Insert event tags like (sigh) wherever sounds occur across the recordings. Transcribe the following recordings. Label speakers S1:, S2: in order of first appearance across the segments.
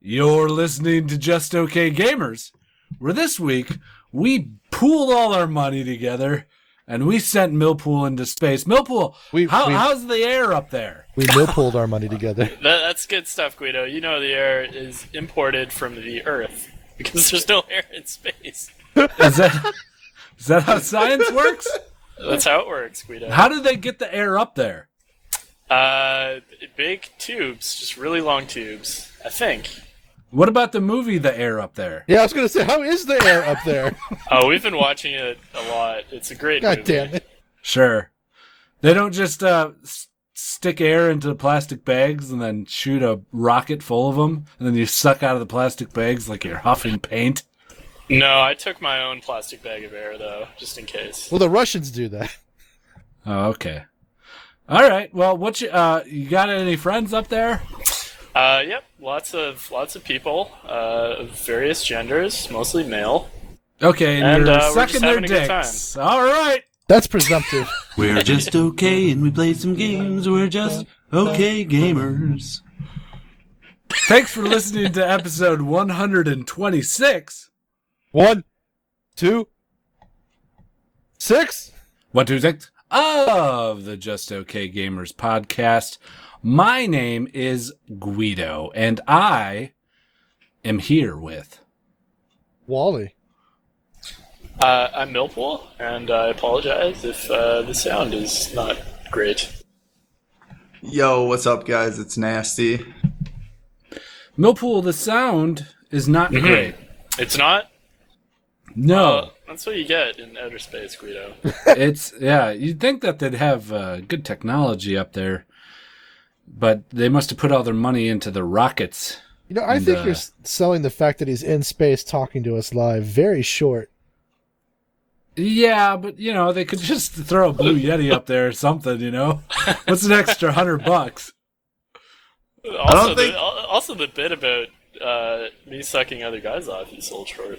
S1: You're listening to Just Okay Gamers, where this week we pooled all our money together and we sent Millpool into space. Millpool,
S2: We-
S1: how,
S2: we-
S1: how's the air up there?
S2: We mill pulled our money together.
S3: That, that's good stuff, Guido. You know the air is imported from the Earth (laughs) because there's no air in space.
S1: Is that, (laughs) is that how science works?
S3: That's how it works, Guido.
S1: How did they get the air up there?
S3: Uh, big tubes, just really long tubes. I think.
S1: What about the movie The Air Up There?
S2: Yeah, I was gonna say, how is the air up
S1: (laughs)
S2: there?
S3: Oh, we've been watching it a lot. It's a great
S2: God
S3: movie.
S2: damn it!
S1: Sure. They don't just uh, s- stick air into plastic bags and then shoot a rocket full of them, and then you suck out of the plastic bags like you're huffing paint.
S3: No, I took my own plastic bag of air though, just in case.
S2: Well, the Russians do that.
S1: Oh, okay. All right. Well, what you uh, you got any friends up there?
S3: Uh, yep, lots of lots of people uh, of various genders, mostly male.
S1: Okay, and,
S3: And,
S1: you're
S3: uh, we're just
S1: sucking their
S3: having a good
S1: dicks. All right.
S2: That's presumptive.
S4: We're just okay and we play some games. We're just okay gamers.
S1: Thanks for listening to episode 126.
S2: One, two, six.
S1: One, two, six of the Just Okay Gamers podcast. My name is Guido, and I am here with.
S2: Wally.
S3: Uh, I'm Millpool, and I apologize if uh, the sound is not great.
S5: Yo, what's up, guys? It's Nasty.
S1: Millpool, the sound is not great.
S3: It's not.
S1: No,
S3: That's what you get in outer space,
S1: (laughs)
S3: Guido.
S1: it's yeah. You'd think that they'd have uh, good technology up there, but they must have put all their money into the rockets.
S2: You know, I
S1: And,
S2: think
S1: uh,
S2: you're s- selling the fact that he's in space talking to us live very short.
S1: Yeah, but you know they could (laughs) just throw a blue yeti up there or something. You know, (laughs) what's an extra hundred bucks?
S3: Also,
S5: think-
S3: the, al- also the bit about uh, me sucking other guys off you sold short.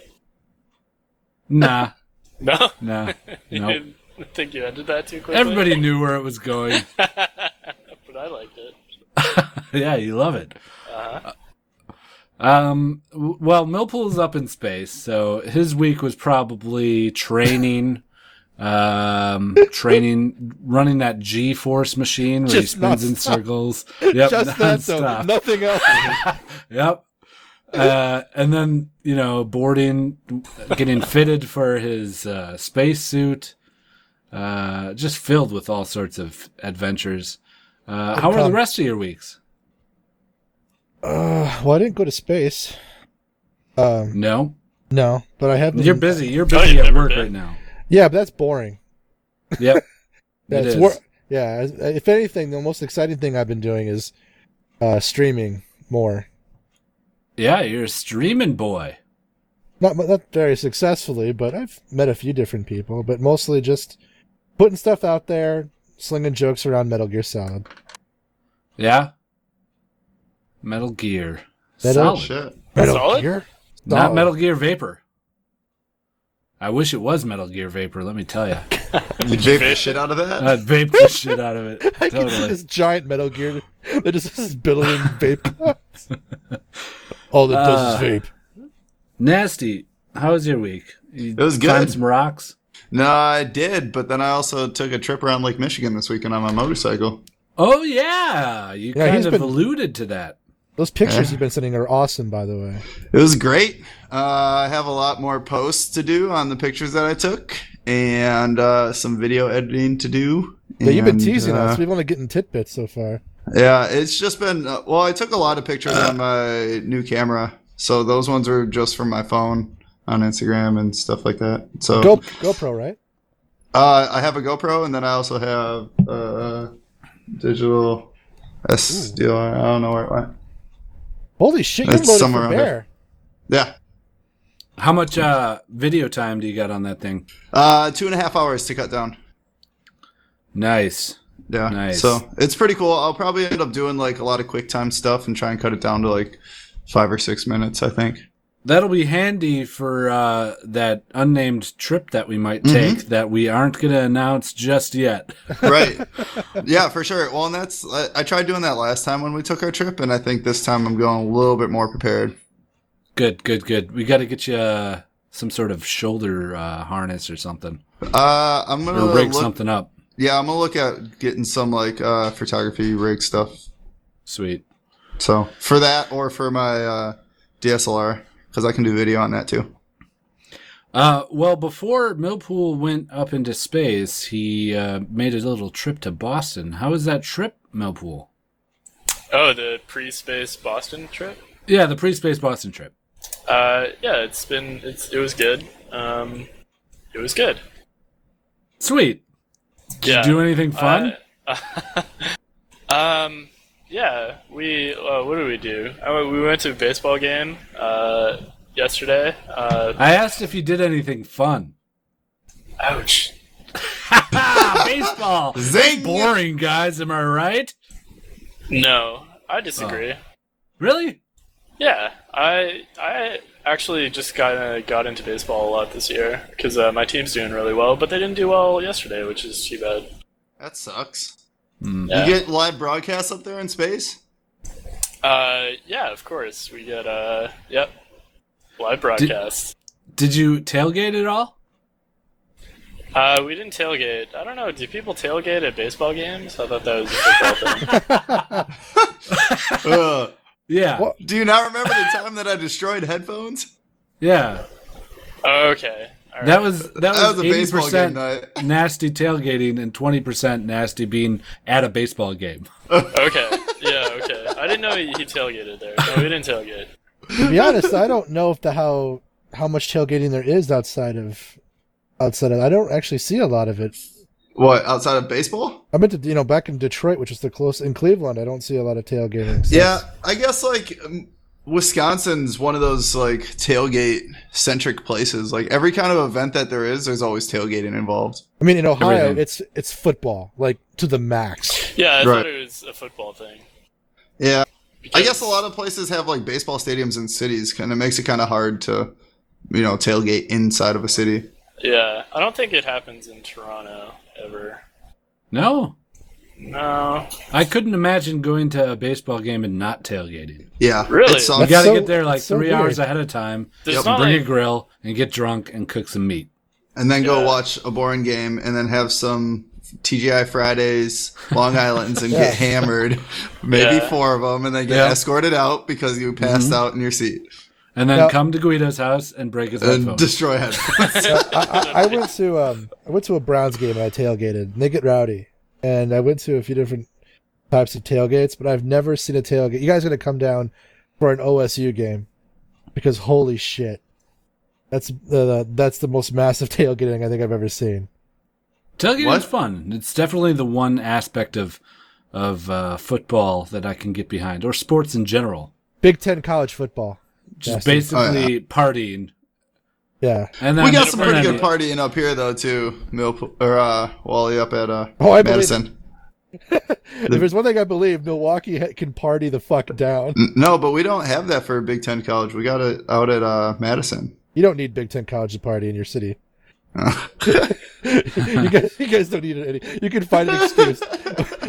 S1: Nah,
S3: (laughs) No,
S1: nah,
S3: you
S1: no.
S3: didn't think you ended that too quickly.
S1: Everybody knew where it was going.
S3: but I liked it.
S1: yeah, you love it.
S2: Uh-huh.
S1: Um, w- well, Millpool's up in space, so his week was probably training, (laughs) um, training, running that G force machine where
S2: Just
S1: he spins in
S2: nonstop. (laughs)
S1: circles. Yep,
S2: Just that, though.
S1: nonstop. (laughs)
S2: Nothing else.
S1: Yep. Uh, and then you know, boarding, getting fitted for his uh, spacesuit, uh, just filled with all sorts of adventures. Uh, how are the
S2: problem.
S1: rest of your weeks?
S2: uh, well, I didn't go to space. Um,
S1: No,
S2: no, but I have. Been,
S1: you're busy. You're
S3: Oh,
S1: busy
S3: you've
S1: at
S3: never
S1: work
S3: been.
S1: right now.
S2: Yeah, but that's boring. (laughs)
S1: Yep.
S2: Yeah,
S1: it is.
S2: it's wor- yeah, as- uh, if anything, the most exciting thing I've been doing is uh, streaming more.
S1: yeah, you're a streaming boy.
S2: Not not very successfully, but I've met a few different people. But mostly just putting stuff out there, slinging jokes around Metal Gear Solid.
S1: Yeah. Metal Gear.
S2: Metal-
S1: Solid.
S5: Shit.
S2: Metal
S3: Solid?
S2: Gear,
S1: Not
S2: Solid.
S1: Metal Gear Vapor. I wish it was Metal Gear Vapor. Let me tell
S2: (laughs)
S1: you,
S5: You vape the shit out of that?
S1: I'd vape the shit out of it.
S2: (laughs) I can see
S1: Totally.
S2: this giant Metal Gear that just is
S1: (laughs)
S2: billowing vape. All that does
S1: Uh.
S2: is vape.
S1: Nasty. How was your week? You
S5: It was good.
S1: Climbed some rocks.
S5: no, I did, but then I also took a trip around Lake Michigan this weekend on my motorcycle.
S1: Oh yeah, you
S2: Yeah,
S1: kind
S2: he's
S1: of
S2: been-
S1: alluded to that.
S2: Those pictures you've been sending are awesome, by the way.
S5: It was great. Uh, I have a lot more posts to do on the pictures that I took and uh, some video editing to do.
S2: Yeah, you've been
S5: and,
S2: teasing
S5: uh,
S2: us. We've only getting tidbits so far.
S5: Yeah, it's just been. Uh, well, I took a lot of pictures on my new camera, so those ones were just from my phone on Instagram and stuff like that. So
S2: Go GoPro, right?
S5: Uh, I have a GoPro, and then I also have uh, digital SDR. I don't know where it went.
S2: Holy shit! You
S5: It's
S2: loaded
S5: somewhere
S2: from
S5: around
S2: there.
S5: Yeah,
S1: How much uh, video time do you got on that thing?
S5: uh, two and a half hours to cut down.
S1: Nice.
S5: Yeah,
S1: Nice.
S5: so it's pretty cool. I'll probably
S1: (laughs)
S5: end up doing like a lot of QuickTime stuff and try and cut it down to like five or six minutes. I think.
S1: that'll be handy for uh, that unnamed trip that we might take that we aren't going to announce just yet.
S5: right. Yeah, for sure. Well, and that's I, I tried doing that last time when we took our trip, and I think this time I'm going a little bit more prepared.
S1: Good, good, good. We got to get you uh, some sort of shoulder uh, harness or something,
S5: Uh, I'm gonna
S1: or rig
S5: look,
S1: something up.
S5: Yeah, I'm gonna look at getting some like uh, photography rig stuff.
S1: Sweet.
S5: So for that, or for my uh, DSLR, because I can do video on that too.
S1: Uh, well, before Millpool went up into space, he uh, made a little trip to Boston. How was that trip, Millpool?
S3: Oh, the pre-space Boston trip.
S1: Yeah, the pre-space Boston trip.
S3: Uh, yeah, it's been it's it was good. Um, it was good.
S1: Sweet. Did
S3: Yeah.
S1: you do anything fun?
S3: (laughs) Um, yeah, we uh, what did we do? Uh, we went to a baseball game uh, yesterday. Uh,
S1: I asked if you did anything fun.
S3: ouch.
S1: Ah, baseball.
S5: Zing!
S1: Boring, guys. Am I right?
S3: No, I disagree.
S1: Really?
S3: Yeah, I I actually just got uh, got into baseball a lot this year because uh, my team's doing really well, but they didn't do well yesterday, which is too bad.
S5: That sucks.
S1: Hmm.
S3: Yeah.
S5: You get live broadcasts up there in space.
S3: Uh, yeah, of course we get uh, yep, live broadcasts.
S1: Did you tailgate at all?
S3: Uh, we didn't tailgate. I don't know. Do people tailgate at baseball games? I thought that was a football thing.
S5: Ugh.
S1: Yeah.
S2: What?
S5: Do you not remember the time that I destroyed headphones?
S1: Yeah.
S3: Oh, Okay. All right.
S1: That was that
S5: That
S1: was
S5: was a
S1: eighty
S5: baseball
S1: percent
S5: game night.
S1: nasty tailgating and twenty percent nasty being at a baseball game.
S3: Okay. Yeah. Okay. I didn't know he, he tailgated there. No, we didn't tailgate.
S2: To be honest, I don't know if the how how much tailgating there is outside of outside of. I don't actually see a lot of it.
S5: What outside of baseball?
S2: I meant to, you know, back in Detroit, which is the close in Cleveland. I don't see a lot of tailgating. so-
S5: Yeah, I guess like um, Wisconsin's one of those like tailgate centric places. Like every kind of event that there is, there's always tailgating involved.
S2: I mean, in Ohio,
S1: Everything.
S2: it's it's football like to the max.
S3: Yeah, I
S5: Right.
S3: thought it was a football thing.
S5: Yeah, I
S3: because-
S5: guess a lot of places have like baseball stadiums in cities, and it makes it kind of hard to, you know, tailgate inside of a city.
S3: Yeah, I don't think it happens in Toronto ever.
S1: No.
S3: No.
S1: I couldn't imagine going to a baseball game and not tailgating.
S5: Yeah,
S3: Really?
S5: it
S1: You
S5: sucks.
S2: That's
S1: gotta
S2: so-
S1: get there like
S2: that's so
S1: three hours
S2: weird.
S1: ahead of time.
S3: There's
S1: and
S3: not
S1: bring
S3: like-
S1: a grill and get drunk and cook some meat.
S5: and then go
S3: Yeah.
S5: watch a boring game, and then have some TGI Fridays, Long Island's, and get hammered. Maybe
S3: Yeah.
S5: four of them, and then get
S1: Yeah.
S5: escorted out because you passed out in your seat
S1: And then
S2: Now-
S1: come to Guido's house and break his
S5: and
S1: headphones.
S5: destroy headphones.
S2: I, I went to um, I went to a Browns game and I tailgated. And they get rowdy, and I went to a few different types of tailgates, but I've never seen a tailgate. You guys gotta come down for an OSU game because holy shit, that's the that's the most massive (laughs) tailgating I think I've ever seen.
S1: Tailgating
S5: What?
S1: is fun. It's definitely the one aspect of of uh, football that I can get behind, or sports in general.
S2: Big Ten college football.
S1: Just
S2: Yes.
S1: basically partying.
S2: Yeah.
S1: And then
S5: Oh, We got some
S1: and
S5: pretty
S1: then-
S5: good partying up here though too. Millpool or uh, Wally up at uh,
S2: Oh, I believe
S5: Madison.
S2: If there's one thing I believe, Milwaukee ha- can party the fuck down.
S5: N- No, but we don't have that for Big Ten college. We got it out at uh, Madison.
S2: You don't need Big Ten college to party in
S1: (laughs)
S2: your city. you, guys, you guys don't need it any. You can find an
S1: (laughs)
S2: excuse.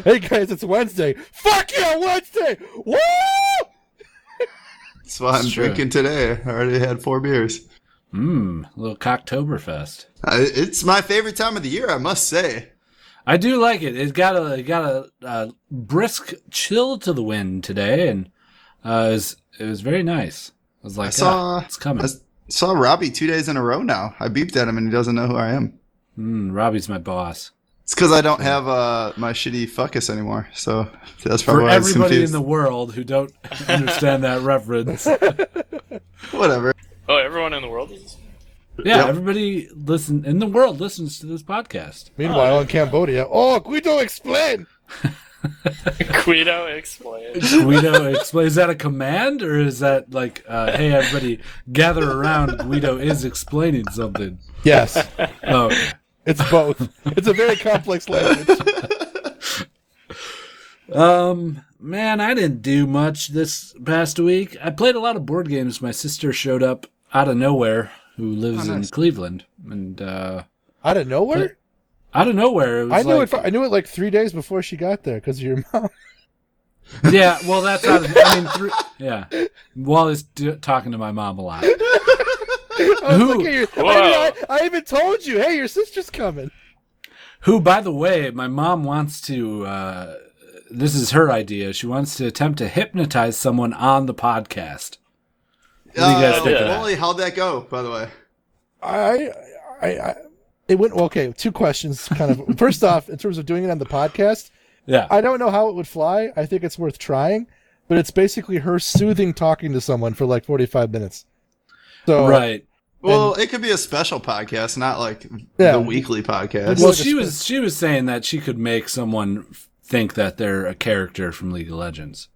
S2: hey guys, it's Wednesday. Fuck yeah, Wednesday! Woo!
S5: That's why I'm
S1: It's true.
S5: drinking today. I already had four beers.
S1: Mm, a little Cocktoberfest.
S5: I, it's my favorite time of the year, I must say.
S1: I do like it. It's got a it got a, uh brisk chill to the wind today, and uh, it was it was very nice. I was like,
S5: I saw-
S1: "Ah, it's coming.
S5: I s- saw Robbie two days in a row now. I beeped at him and he doesn't know who I am.
S1: Mm, Robbie's my boss.
S5: It's because I don't have uh, my shitty fuckus anymore. So that's
S1: For
S5: probably why I was
S1: everybody in
S5: confused.
S1: the world who don't (laughs) understand that reference,
S5: Whatever.
S3: Oh, everyone in the world (laughs) is.
S1: yeah,
S5: Yep.
S1: everybody listen in the world listens to this podcast.
S2: Meanwhile, in Cambodia, oh Guido, explain.
S3: Guido explained.
S1: (laughs) Guido explain. Is that a command or is that like, uh, hey, everybody, gather around? Guido is explaining something.
S2: Yes,
S1: Oh, okay.
S2: it's both. It's a very complex language.
S1: um, man, I didn't do much this past week. I played a lot of board games. My sister showed up out of nowhere who lives
S5: Oh,
S1: in
S5: nice.
S1: Cleveland, and uh,
S2: Out of nowhere,
S1: out of nowhere, it was
S2: I knew
S1: like,
S2: it. I knew it like three days before she got there because of your mom.
S1: (laughs) Yeah, well, that's out of, I mean, through, yeah. Wally's d- talking to my mom a lot.
S2: I was
S1: Who?
S2: looking at your,
S3: Whoa.
S2: I, mean, I, I even told you, hey, your sister's coming.
S1: Who, by the way, my mom wants to. Uh, this is her idea. She wants to attempt to hypnotize someone on the podcast. do you guys
S5: Uh,
S1: think of that?
S5: Wally, how'd that go? By the way,
S2: I, I, I it went well, okay. Two questions, kind
S1: (laughs)
S2: of. First off, in terms of doing it on the podcast,
S1: Yeah,
S2: I don't know how it would fly. I think it's worth trying, but it's basically her soothing talking to someone for like forty-five minutes. So
S1: right.
S5: well, it could be a special podcast, not like
S2: Yeah.
S5: the weekly podcast.
S1: Well,
S2: like a
S1: she was she was saying that she could make someone f- think that they're a character from League of Legends,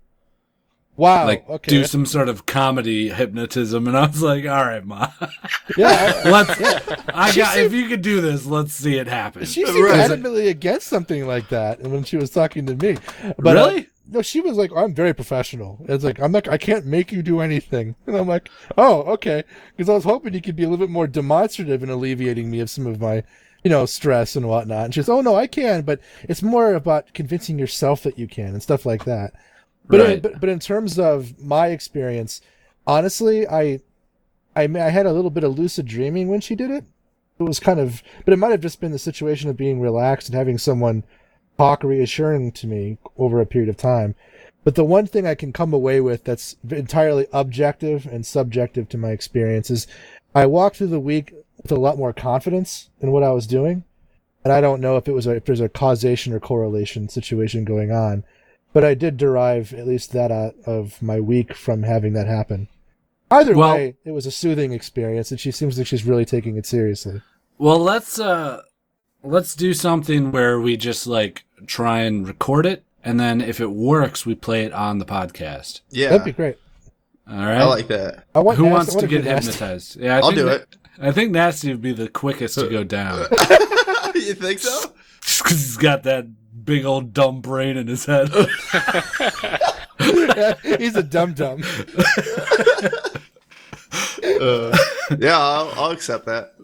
S2: wow,
S1: like
S2: Oh, okay,
S1: do
S2: that's-
S1: some sort of comedy hypnotism. And I was like, "All right, mom,
S2: yeah. I-
S1: (laughs) let's. I got if you could do this, let's see it happen."
S2: She
S1: (laughs)
S2: seemed
S5: Right.
S2: adamantly against something like that when she was talking to me. But, uh,
S1: Really?
S2: no, she was like, "I'm very professional." It's like I'm not, I can't make you do anything, (laughs) and I'm like, "Oh, okay," because I was hoping you could be a little bit more demonstrative in alleviating me of some of my, you know, stress and whatnot. And she's, "Oh no, I can," but it's more about convincing yourself that you can and stuff like that. But
S1: Right.
S2: but but in terms of my experience, honestly, I, I mean, I had a little bit of lucid dreaming when she did it. It was kind of, but it might have just been the situation of being relaxed and having someone talk reassuring to me over a period of time. But the one thing I can come away with that's entirely objective and subjective to my experience is I walked through the week with a lot more confidence in what I was doing. And I don't know if it was a, if there's a causation or correlation situation going on, but I did derive at least that out of my week from having that happen. Either
S1: Well-
S2: way, it was a soothing experience, and she seems like she's really taking it seriously.
S1: Well, let's uh let's do something where we just like try and record it and then if it works we play it on the podcast.
S5: yeah,
S2: That'd be great.
S1: All right.
S5: I like that. (laughs)
S2: I want
S1: Who
S2: Nast- I
S1: wants
S2: want
S1: to get
S2: Nast-
S1: hypnotized? Yeah, I
S5: I'll
S1: think
S5: do
S1: Na-
S5: it.
S1: I think Nasty would be the quickest to go
S5: (laughs)
S1: down.
S5: you think so?
S1: 'Cause he's got that big old dumb brain in his
S5: (laughs)
S1: head.
S2: (laughs) He's a dum dum.
S5: Uh, yeah, I'll, I'll accept that.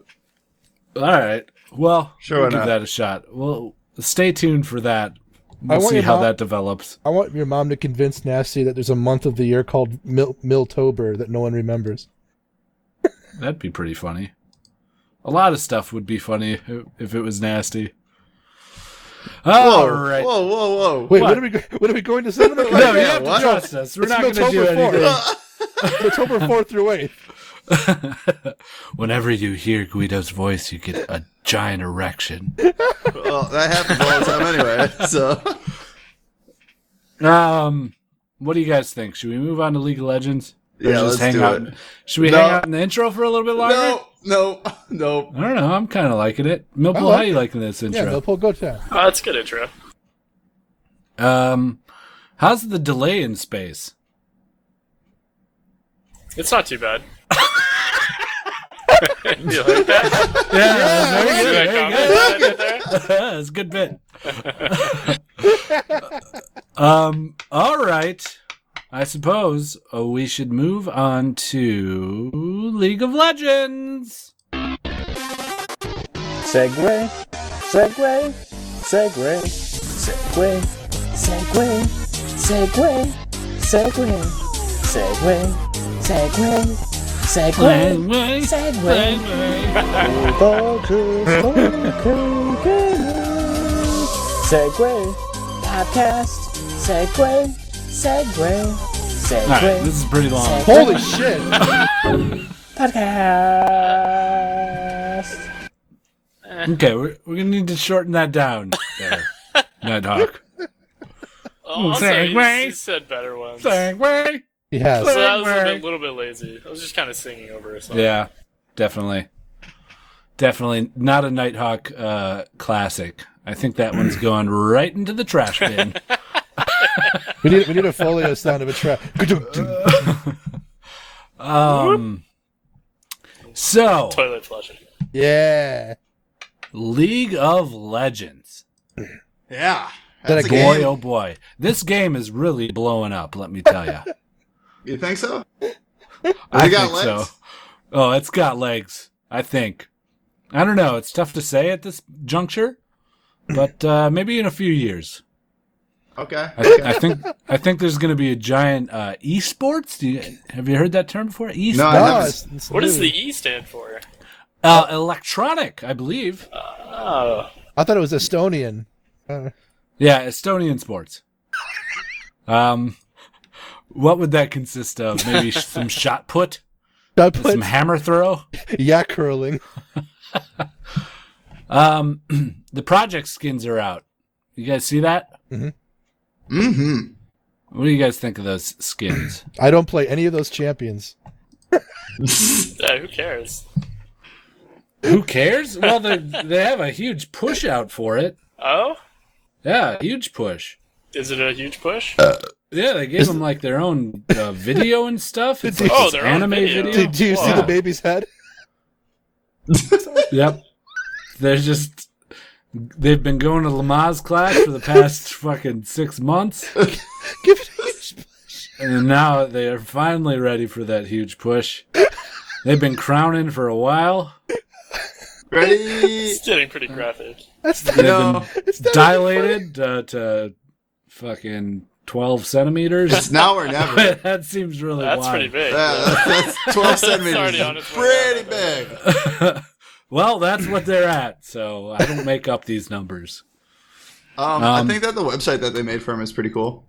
S1: All right. Well,
S5: Sure,
S1: we'll
S5: why
S1: give
S5: not?
S1: that a shot. Well, stay tuned for that.
S2: I
S1: We'll
S2: want
S1: see
S2: your
S1: how
S2: mom-
S1: that develops.
S2: I want your mom to convince Nasty that there's a month of the year called Mil- Miltober that no one remembers.
S1: That'd be pretty funny. A lot of stuff would be funny if it was nasty.
S5: Whoa,
S1: All right.
S5: Oh, whoa, whoa, whoa!
S2: Wait, what, are we go- what are we
S1: (laughs)
S2: going to Seminole?
S1: No, you
S5: yeah,
S1: have to
S5: what?
S1: trust us. We're
S2: It's
S1: not going to do
S2: October
S1: anything.
S2: 4th. (laughs) October 4th through
S1: (laughs)
S2: 8th.
S1: Whenever you hear Guido's voice, you get a giant erection.
S5: Well, Uh, that happens all the time anyway. (laughs) So
S1: Um, what do you guys think? Should we move on to League of Legends? Or
S5: Yeah, let's
S1: hang
S5: do
S1: out?
S5: it.
S1: Should we
S5: No.
S1: hang out in the intro for a little bit longer?
S5: no, no, no.
S1: I don't know. I'm kind of liking it. Millpool,
S5: Oh,
S1: how
S2: like
S1: you liking this
S2: Yeah,
S1: intro?
S2: Millpool, go down.
S3: Oh, that's a good intro.
S1: um, how's the delay in space?
S3: It's not too bad. (laughs) you like that?
S1: Yeah, yeah
S3: You like that comment that I
S1: (laughs)
S3: did there?
S1: That's a good bit. (laughs) um, all right. I suppose uh, we should move on to League of Legends.
S6: Segway, segway, segway, segway, segway, segway, segway, segway, segway, segway,
S1: Segway.
S6: Segway. Vultures, vultures, segway, podcast, segway, segway,
S1: All right, this
S6: segway,
S1: is pretty long.
S2: Holy shit.
S6: podcast.
S1: Okay, we're, we're going to need to shorten that down there,
S5: (laughs)
S1: Mad Hawk.
S3: Also,
S1: Segway.
S3: Oh, you said better ones.
S1: Segway.
S2: He has.
S3: So that was a
S1: Segway.
S3: bit- little bit lazy. I was just kind of singing over something.
S1: Yeah, definitely. Definitely not a Nighthawk uh, classic. I think that
S5: (clears throat)
S1: one's going right into the trash bin.
S2: We need, we need a folio sound of a trap. (laughs)
S1: Um, so,
S3: Toilet flushing.
S2: Yeah.
S1: League of Legends.
S5: Yeah,
S2: Then
S5: that's
S2: a
S5: a
S2: game.
S1: Boy,
S5: game.
S1: oh boy. This game is really
S5: (laughs)
S1: blowing up, let me tell you.
S5: You think so?
S1: I
S5: got
S1: think
S5: legs?
S1: so. Oh, it's got legs. I think. I don't know. It's tough to say at this juncture, but uh, maybe in a few years.
S5: Okay.
S1: I, th- I think I think there's going to be a giant uh, esports. Do you, have you heard that term before? Esports.
S5: No, I
S2: No,
S5: haven't.
S2: it's- it's
S3: What does
S2: new.
S3: the E stand for?
S1: Uh, electronic, I believe.
S3: Oh,
S2: I thought it was Estonian. Uh,
S1: Yeah, Estonian sports. Um, what would that consist of? Maybe sh-
S5: (laughs)
S1: some shot put,
S2: I put
S1: some hammer throw.
S2: yak curling.
S1: Um, the project skins are out. You guys see that?
S5: Mm-hmm.
S1: What do you guys think of those
S5: (clears throat)
S1: skins?
S2: I don't play any of those champions.
S3: yeah, Uh, who cares?
S1: Who cares? Well, they they have a huge push out for it.
S3: Oh,
S1: Yeah, huge push.
S3: is it a huge push?
S1: Yeah, they gave them like their own uh, video and
S3: (laughs)
S1: stuff. It's like
S3: Oh,
S1: this
S3: their own
S1: anime
S3: video.
S1: video.
S2: Do, do you see
S3: Wow.
S2: the baby's head? (laughs)
S1: Yep. They're just they've been going to Lamaze class for the past (laughs) fucking six months,
S2: Give it a huge push.
S1: and now they are finally ready for that huge push. They've been crowning for a while.
S5: Ready?
S3: It's getting pretty graphic.
S2: That's not,
S1: They've
S5: No.
S2: it's not
S1: dilated uh, to fucking twelve
S5: It's
S1: centimeters. (laughs)
S3: (laughs)
S5: now or never. Yeah,
S1: that seems really
S3: That's
S1: wide.
S3: pretty
S5: uh,
S3: big. Uh, (laughs)
S5: that's, that's 12
S3: already on
S5: centimeters.
S3: its way
S5: Pretty
S3: out.
S5: big.
S1: (laughs) well, that's what they're at. So I don't make up these numbers.
S5: Um, I
S1: Um,
S5: think that the website that they made for him is pretty cool.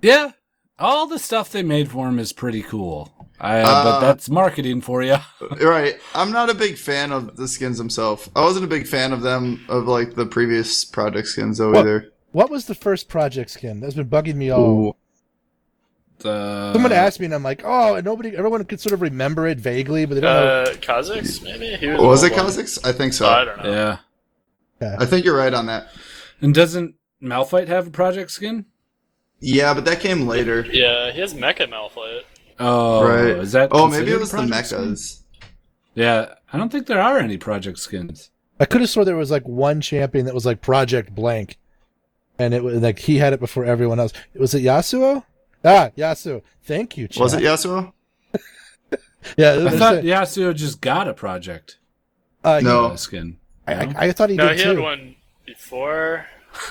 S1: Yeah, all the stuff they made for him is pretty cool. I, but
S5: Uh,
S1: that's marketing for you.
S5: Right. I'm not a big fan of the skins themselves. I wasn't a big fan of them, of like the previous project skins though
S2: What?
S5: either.
S2: What was the first project skin? That's been bugging me all.
S1: (laughs) Uh,
S2: Someone asked me, and I'm like, oh, and nobody, everyone could sort of remember it vaguely, but they don't know.
S3: Uh, Kha'Zix, maybe? He was,
S5: Was
S3: the
S5: it
S3: one.
S5: Kha'Zix? I think so.
S3: I don't know.
S1: Yeah.
S5: I think you're right on that.
S1: And doesn't Malphite have a project skin?
S5: Yeah, but that came later.
S3: Yeah, he has Mecha Malphite.
S1: Oh,
S5: right.
S1: is that?
S5: oh, maybe
S1: considered
S5: it
S1: a
S5: was the
S1: project skin?
S5: mechas.
S1: Yeah, I don't think there are any project skins.
S2: I could have swore there was like one champion that was like Project Blank, and it was like he had it before everyone else. Was it Yasuo? Ah, Yasuo. Thank you. Chat.
S5: Was it Yasuo?
S2: Yeah, it was-
S1: I thought Yasuo just got a project
S2: uh,
S5: No.
S1: uh, skin.
S2: I, I, I thought he
S3: No,
S2: did
S3: he
S2: too.
S3: had one before.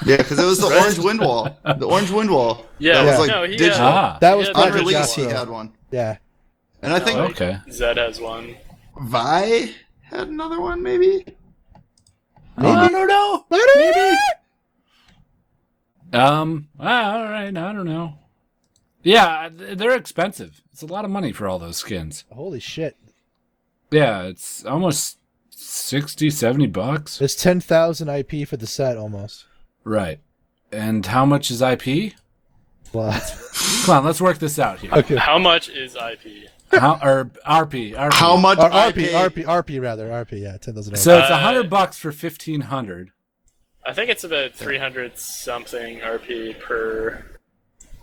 S5: Yeah, because it was
S1: (laughs)
S5: the orange wind wall. The orange wind wall.
S3: Yeah,
S5: that was
S2: Yeah.
S5: like
S3: no, he uh,
S5: digital.
S1: Ah,
S2: That was
S3: Yeah,
S5: On
S2: Project
S5: release, he
S2: Yasuo.
S5: had one,
S2: Yeah,
S5: and I think
S1: okay.
S3: had, Zed has one.
S1: Oh.
S5: Vi had another one, maybe.
S1: I don't know.
S2: maybe.
S1: Um. ah, all right. I don't know. Yeah, th- they're expensive. It's a lot of money for all those skins.
S2: Holy shit!
S1: Yeah, it's almost 60, 70 bucks.
S2: It's ten thousand IP for the set almost.
S1: Right. And how much is IP?
S2: Wow.
S1: Come on, let's work this out here.
S2: (laughs)
S5: (laughs)
S2: okay.
S3: How much is IP?
S1: How, or RP, RP.
S5: How much?
S2: Or RP,
S5: IP?
S2: RP, RP rather, RP. Yeah, ten thousand.
S1: So it's a
S3: Uh,
S1: hundred bucks for fifteen hundred.
S3: I think it's about 300 something RP per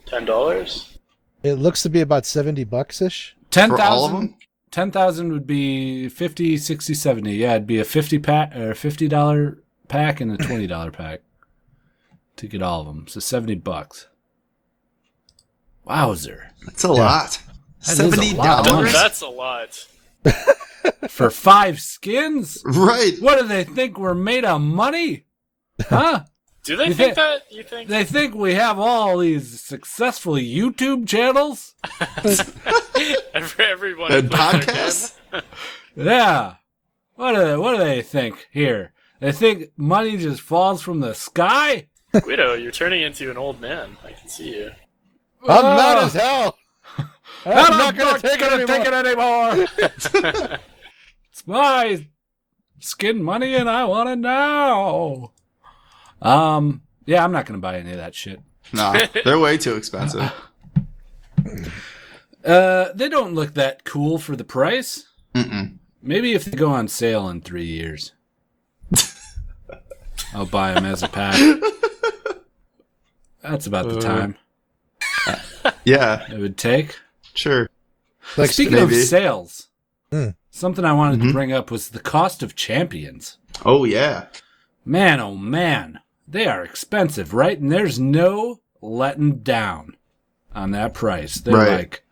S3: $10.
S2: It looks to be about seventy bucks ish.
S1: Ten
S5: for all of
S1: thousand.
S5: them?
S1: Ten thousand would be 50, 60, 70. Yeah, it'd be a fifty pack or fifty dollar pack and a twenty dollar pack to get all of them. So seventy bucks. Wowzer!
S5: That's a lot.
S1: is a lot.
S5: Seventy
S1: Don't
S5: dollars.
S3: That's a lot.
S1: For five skins,
S5: Right.
S1: what do they think we're made of money? Huh?
S3: Do they think that? You think? (laughs)
S1: They think we have all these successful YouTube channels.
S3: Every, everyone.
S5: And
S3: puts their
S5: podcasts.
S1: Yeah. What do they, what do they think here? They think money just falls from the sky?
S3: gun- Guido, you're turning into an old man. I can see you.
S2: I'm
S1: Oh.
S2: mad
S1: (laughs)
S2: as hell. I'm,
S1: I'm
S2: not gonna, take, it anymore.
S1: anymore.
S2: (laughs)
S1: it's my skin money and I want it now. Um, yeah, I'm not going to buy any of that shit.
S3: (laughs)
S5: Nah, they're way too expensive.
S1: Uh, they don't look that cool for the price.
S5: Mm-mm.
S1: Maybe if they go on sale in three years, I'll buy them as a pack. That's about the time
S5: Yeah,
S1: it would take.
S5: sure.
S2: Like,
S1: Speaking
S5: maybe.
S1: of sales,
S2: Hmm.
S1: something I wanted to bring up was the cost of champions.
S5: Oh yeah.
S1: Man, oh man, they are expensive, right? And there's no letting down on that price. They're
S5: Right.
S1: like,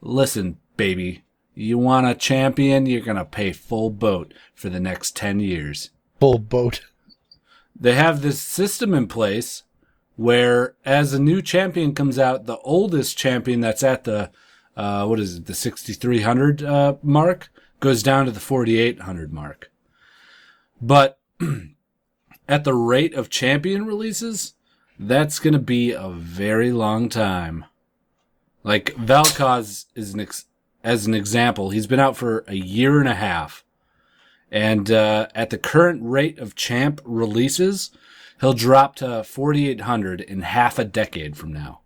S1: listen, baby, You want a champion? You're going to pay full boat for the next 10 years.
S2: Full boat.
S1: They have this system in place where, as a new champion comes out, the oldest champion that's at the, uh, what is it, the 6,300 uh, mark goes down to the 4,800 mark. But (clears throat) at the rate of champion releases, that's going to be a very long time. Like Valkaz is an ex- as an example, he's been out for a year and a half, and uh, at the current rate of champ releases, he'll drop to 4,800 in half a decade from now.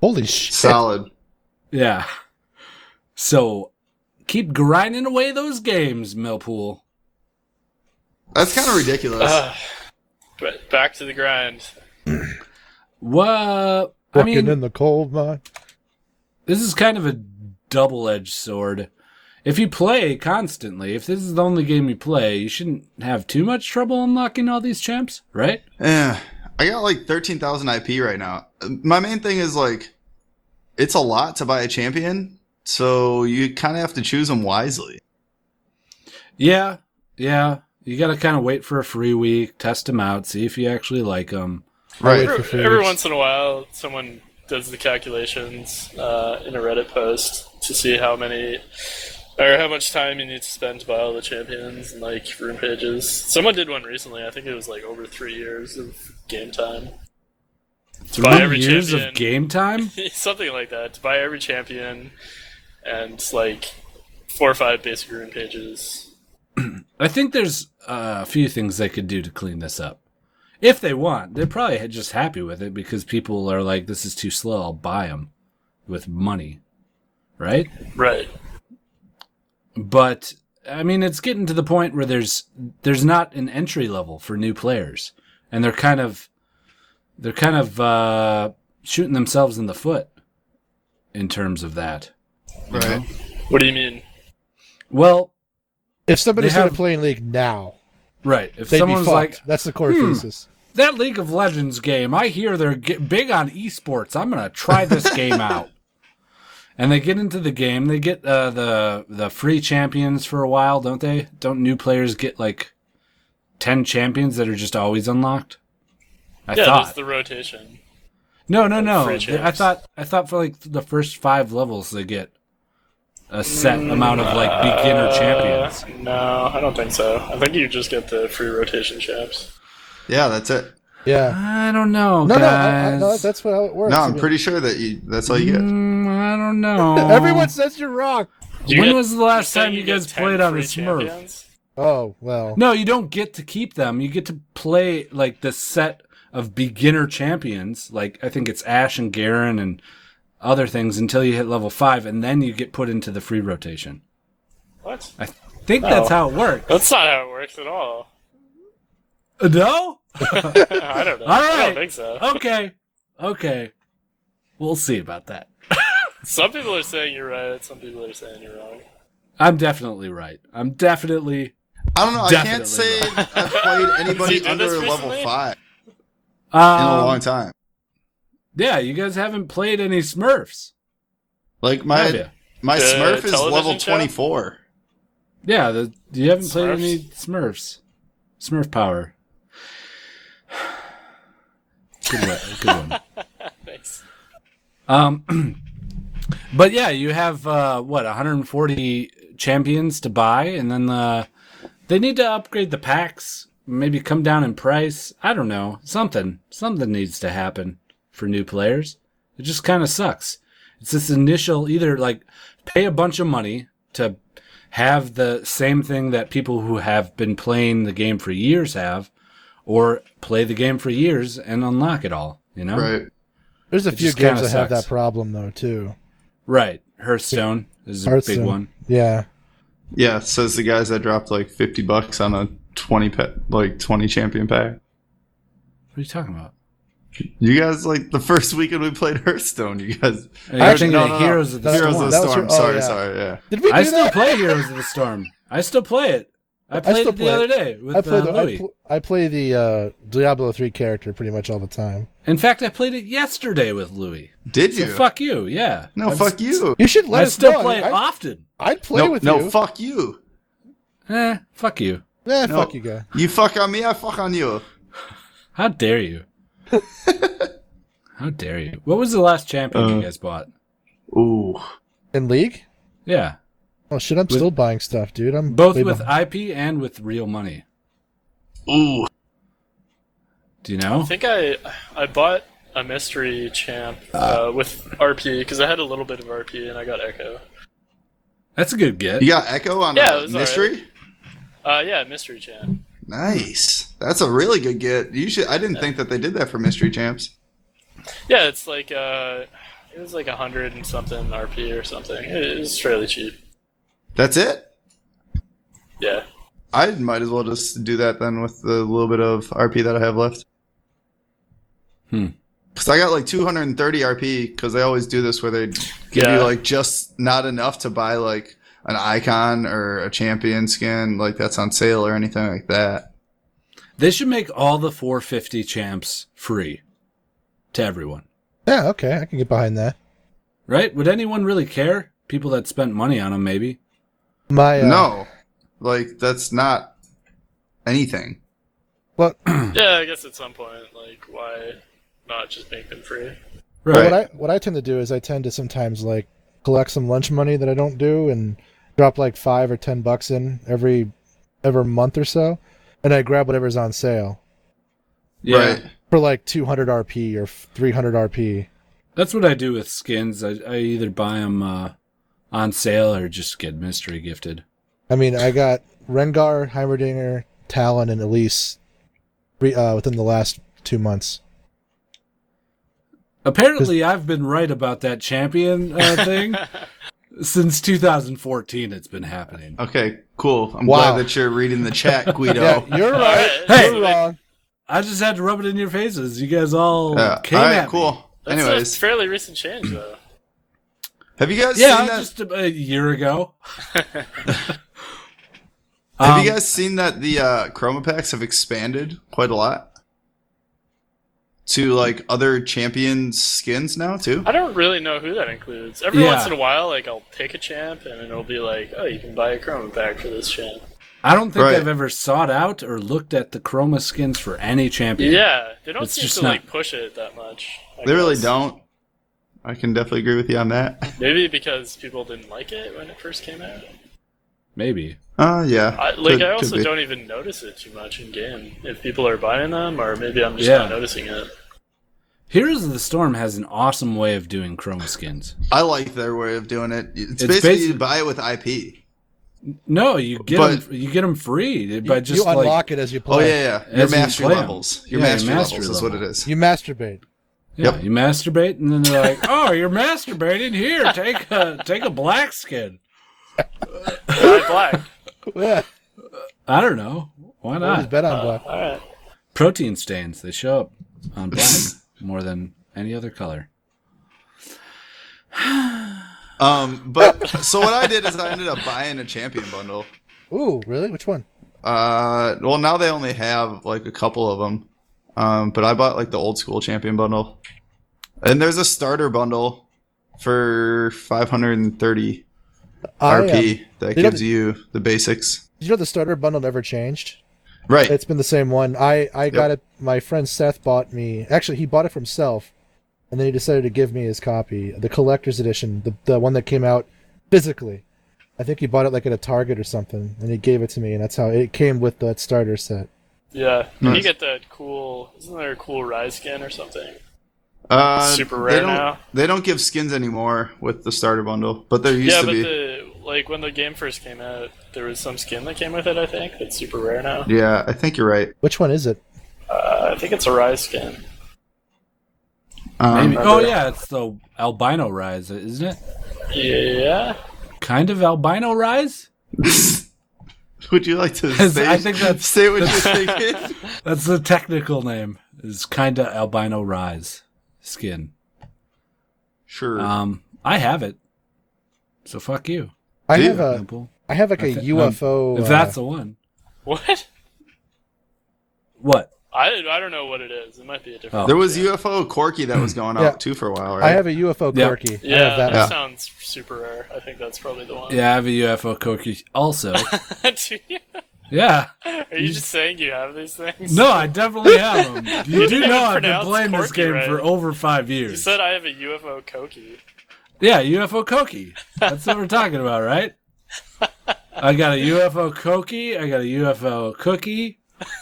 S2: Holy shit.
S5: Solid.
S1: Yeah. So keep grinding away those games, Millpool.
S5: That's kind of ridiculous.
S3: Ah. but back to the grind.
S1: Well, I
S2: Working
S1: mean,
S2: in the cold mine.
S1: this is kind of a double-edged sword. If you play constantly, if this is the only game you play, you shouldn't have too much trouble unlocking all these champs, right?
S5: Eh, I got like 13,000 IP right now. My main thing is like, it's a lot to buy a champion, so you kind of have to choose them wisely.
S1: Yeah, yeah. You got to kind of wait for a free week, test them out, see if you actually like them.
S5: Right.
S2: Good for
S3: Every,
S2: figures.
S3: every once in a while, someone does the calculations uh, in a Reddit post to see how many or how much time you need to spend to buy all the champions and like room pages. Someone did one recently. I think it was like over three years of game time. (laughs) To buy every
S1: years
S3: champion,
S1: of game time.
S3: something like that. To buy every champion and like four or five basic room pages.
S1: I think there's uh, a few things they could do to clean this up. If they want, they're probably ha- just happy with it because people are like, "This is too slow. I'll buy them with money," right?
S3: Right.
S1: but I mean, it's getting to the point where there's there's not an entry level for new players, and they're kind of they're kind of uh, shooting themselves in the foot in terms of that.
S5: Right.
S3: What do you mean?
S1: Well,
S2: If somebody
S1: They
S2: started
S1: have-
S2: playing League now,
S1: right. If
S2: they'd
S1: someone
S2: be
S1: was
S2: fucked.
S1: like hmm.
S2: That's the core thesis.
S1: that League of Legends game, I hear they're get big on esports. I'm gonna try
S2: (laughs)
S1: this game out. And they get into the game. They get uh, the the free champions for a while, don't they? Don't new players get like ten champions that are just always unlocked? I
S3: Yeah,
S1: thought
S3: there's the rotation.
S1: no, no, no.
S3: free
S1: They- I
S3: champs.
S1: thought I thought for like the first five levels they get a set
S3: Mm,
S1: amount of like beginner champions.
S3: Uh, No, I don't think so. I think you just get the free rotation champs.
S5: Yeah, that's it.
S3: uh,
S2: Yeah.
S1: I don't know,
S2: No, no, I, I,
S1: guys.
S2: no, that's how it works.
S5: No,
S2: I
S5: I'm
S2: mean,
S5: pretty sure that you, that's all you get.
S1: Mm, I don't know.
S2: (laughs) Everyone says you're wrong.
S3: You
S1: when
S3: get-
S1: was the last
S3: you're
S1: time
S3: saying
S1: you
S3: get
S1: guys
S3: 10
S1: played on a
S3: free
S1: Smurf?
S3: champions?
S2: Oh well.
S1: No, you don't get to keep them. You get to play like the set of beginner champions. Like I think it's Ash and Garen and other things until you hit level five, and then you get put into the free rotation.
S3: What?
S1: I think that's
S5: Oh.
S1: how it works.
S3: That's not how it works at all. (laughs)
S1: Uh, No.
S3: I don't know.
S1: All
S3: I
S1: right.
S3: don't think so.
S1: Okay. Okay. We'll see about that.
S3: Some people are saying you're right. Some people are saying you're wrong.
S1: I'm definitely right. I'm definitely.
S5: I don't know. I can't
S1: Definitely
S5: say I've
S3: (laughs)
S5: played
S3: You
S5: anybody
S3: did
S5: under
S3: this
S5: level
S3: recently?
S5: five in
S1: Um,
S5: a long time.
S1: Yeah, you guys haven't played any Smurfs.
S5: Like
S1: have ya?
S5: my my
S3: The
S5: Smurf is
S3: television
S5: level
S3: show?
S5: 24.
S1: Yeah, the, you haven't played
S3: Smurfs?
S1: any Smurfs. Smurf power. (sighs) good one. Good one.
S3: Thanks.
S1: Um, but yeah, you have uh, what 140 champions to buy, and then uh, they need to upgrade the packs. Maybe come down in price. I don't know. Something, something needs to happen for new players. It just kind of sucks. It's this initial either like pay a bunch of money to have the same thing that people who have been playing the game for years have, or play the game for years and unlock it all. You know,
S5: Right.
S2: There's a
S1: It
S2: few
S1: just
S2: games
S1: kinda
S2: that have
S1: sucks.
S2: that problem though too.
S1: Right. Hearthstone is a
S2: Hearthstone.
S1: big one.
S2: Yeah.
S5: Yeah, says the guys that dropped like 50 bucks on a 20 pet, like 20 champion pack.
S1: What are you talking about?
S5: You guys like the first weekend we played Hearthstone. You guys,
S1: I
S2: actually-
S1: think
S5: no,
S1: the
S5: no, no.
S1: Heroes of the
S2: That's
S5: Heroes
S1: Storm.
S5: of
S2: That
S5: the
S2: was
S5: Storm.
S2: your- oh,
S5: sorry,
S2: yeah.
S5: sorry. Yeah,
S2: Did we do
S1: I still
S2: that?
S1: play Heroes of the Storm. I still play it. I played
S2: still
S1: it the
S2: play it.
S1: other day with
S2: I play
S1: uh,
S2: the I,
S1: Louis.
S2: pl- I play the uh, Diablo three character pretty much all the time.
S1: In fact, I played it yesterday with Louis.
S5: Did
S1: So
S5: you?
S1: fuck you, yeah.
S5: no,
S1: I'm-
S5: fuck you.
S2: You should let
S1: I
S2: us
S1: still
S2: know.
S1: play it
S2: I,
S1: often.
S2: I'd play
S5: no,
S2: with
S5: no,
S2: you.
S5: fuck you.
S1: Eh, fuck you.
S2: Nah,
S5: No.
S2: fuck you guy.
S5: You fuck on me, I fuck on you.
S1: How dare you? How dare you? What was the last champion you guys bought?
S5: Ooh.
S2: In league?
S1: Yeah,
S2: Oh shit! I'm still buying stuff, dude. I'm
S1: both
S2: way
S1: with
S2: behind.
S1: IP and with real money.
S5: Ooh.
S1: Do you
S3: I
S1: know?
S3: think I I bought a mystery champ uh, with RP because I had a little bit of RP and I got Echo.
S1: That's a good get.
S5: You got Echo on
S3: Yeah,
S5: a
S3: it was
S5: mystery?
S3: Uh, yeah, mystery champ.
S5: Nice. That's a really good get. You should I didn't think that they did that for mystery champs.
S3: Yeah, it's like uh, it was like a hundred and something RP or something. It, it was fairly cheap.
S5: That's it?
S3: Yeah.
S5: I might as well just do that then with the little bit of RP that I have left.
S1: Hmm.
S5: Because I got like 230 RP because they always do this where they give
S3: Yeah.
S5: you like just not enough to buy like an icon or a champion skin, like that's on sale or anything like that.
S1: They should make all the 450 champs free to everyone.
S2: Yeah, okay, I can get behind that.
S1: Right? Would anyone really care? People that spent money on them, maybe.
S2: My uh,
S5: No, like that's not anything.
S2: What,
S3: Yeah, I guess at some point, like, why not just make them free?
S1: Right.
S2: what I what I tend to do is I tend to sometimes like collect some lunch money that I don't do and drop like five or ten bucks in every every month or so, and I grab whatever's on sale
S1: yeah.
S5: Right.
S2: for like 200 RP or 300 RP.
S1: That's what I do with skins. I, I either buy them uh, on sale or just get mystery gifted.
S2: I mean, I got Rengar, Heimerdinger, Talon, and Elise re- uh, within the last two months.
S1: Apparently, I've been right about that champion uh,
S5: (laughs)
S1: thing since 2014. It's been happening.
S5: Okay, cool. I'm
S2: Wow.
S5: glad that you're reading
S1: (laughs)
S5: the chat, Guido.
S2: Yeah, you're right.
S1: Hey!
S2: You're wrong.
S1: I just had to rub it in your faces. You guys all
S5: Yeah.
S1: came
S5: all
S1: at
S5: right,
S1: me.
S5: cool.
S3: That's a
S5: Anyways,
S3: fairly recent change, though.
S5: have you guys
S1: Yeah,
S5: seen that?
S1: just a, a year
S5: (laughs)
S1: ago.
S5: Have
S1: Um,
S5: you guys seen that the uh, chroma packs have expanded quite a lot to like other champion skins now too?
S3: I don't really know who that includes. Every
S1: Yeah.
S3: once in a while, like, I'll pick a champ, and it'll be like, oh, you can buy a chroma pack for this champ.
S1: I don't think
S5: Right.
S1: I've ever sought out or looked at the chroma skins for any champion.
S3: Yeah, they don't
S1: It's
S3: seem
S1: just
S3: to
S1: not-
S3: like push it that much. I
S5: They really
S3: guess.
S5: don't. I can definitely agree with you on that. (laughs)
S3: Maybe because people didn't like it when it first came out.
S1: Maybe.
S5: Uh, yeah.
S3: I, like,
S5: Could-
S3: I
S5: could
S3: also
S5: be.
S3: don't even notice it too much in game if people are buying them, or maybe I'm just
S1: Yeah.
S3: not noticing it.
S1: Heroes of the Storm has an awesome way of doing chroma skins.
S5: I like their way of doing it. It's,
S1: It's
S5: basically,
S1: basi-
S5: you buy it with IP.
S1: No, you get
S5: But-
S1: them. You get them free by
S2: You-
S1: just
S2: you
S1: like
S2: unlock it as you
S5: Oh
S2: play.
S5: yeah, yeah.
S1: As
S5: Your
S1: you
S5: mastery
S1: play 'em.
S5: levels. Your
S1: Yeah, your
S5: mastery
S1: mastery
S5: levels is what it
S1: level.
S5: is.
S2: You masturbate.
S1: Yeah,
S5: Yep.
S1: you masturbate, and then they're like, (laughs) "Oh, you're masturbating here. Take a take a black skin.
S3: Buy black.
S2: Yeah,
S1: I don't know why
S2: always
S1: not.
S2: bet on black.
S3: All right.
S1: Protein stains they show up
S5: (laughs)
S1: on black more than any other color.
S5: Um, but so what I did is I ended up buying a champion bundle.
S2: Ooh, really? Which one?
S5: Uh, well, now they only have like a couple of them. Um, but I bought like the old school champion bundle, and there's a starter bundle for 530
S2: I, um,
S5: RP that
S2: they don't-
S5: gives you the basics.
S2: Did you know the starter bundle never changed?
S5: Right.
S2: It's been the same one. I, I got it. My friend Seth bought me. Actually, he bought it for himself, and then he decided to give me his copy, the collector's edition, the the one that came out physically. I think he bought it like at a Target or something, and he gave it to me, and that's how it came with that starter set.
S3: Yeah, and you
S5: Nice.
S3: get that cool. Isn't there a cool rise skin or something?
S5: uh,
S3: super
S5: they
S3: rare
S5: don't,
S3: now.
S5: They don't give skins anymore with the starter bundle, but there used
S3: yeah,
S5: to
S3: but
S5: be.
S3: the like when the game first came out, there was some skin that came with it. I think that's super rare now.
S5: Yeah, I think you're right.
S2: Which one is it?
S3: Uh, I think it's a rise skin.
S5: Um,
S1: Maybe. Oh yeah, it's the albino rise, isn't it?
S3: Yeah,
S1: Kind of albino rise.
S5: (laughs) Would
S2: (laughs)
S5: you like to? Say,
S1: I think that's-
S5: (laughs) say what you're thinking.
S1: That's the technical name. Is kind of albino rise skin.
S5: sure.
S1: Um, I have it. So fuck you.
S2: I
S5: Dude.
S2: have a
S1: Temple.
S2: I have like a
S1: thi- um,
S2: UFO.
S1: If that's
S2: uh,
S1: the one.
S3: What?
S1: What?
S3: I, I don't know what it is. It might be a different.
S1: Oh.
S5: There was UFO Corky that was going out
S2: Yeah.
S5: too for a while, right?
S2: I have a UFO
S1: Yeah.
S2: quirky. I
S3: Yeah,
S2: have
S3: that
S2: that.
S5: Yeah.
S3: sounds super rare. I think that's probably the one.
S1: Yeah, I have a UFO cookie also.
S3: (laughs) Do you-
S1: (laughs) yeah.
S3: Are you just saysaying you have these things?
S1: No, I definitely have (laughs) them. You, do
S3: You didn't
S1: know
S3: even
S1: I've been
S3: pronounce
S1: playing this
S3: Corky
S1: game
S3: right.
S1: for over five
S3: You
S1: years.
S3: said I have a UFO Koki. (laughs)
S1: yeah, UFO cookie. That's what we're talking about, right? I got a UFO cookie. I got a UFO cookie.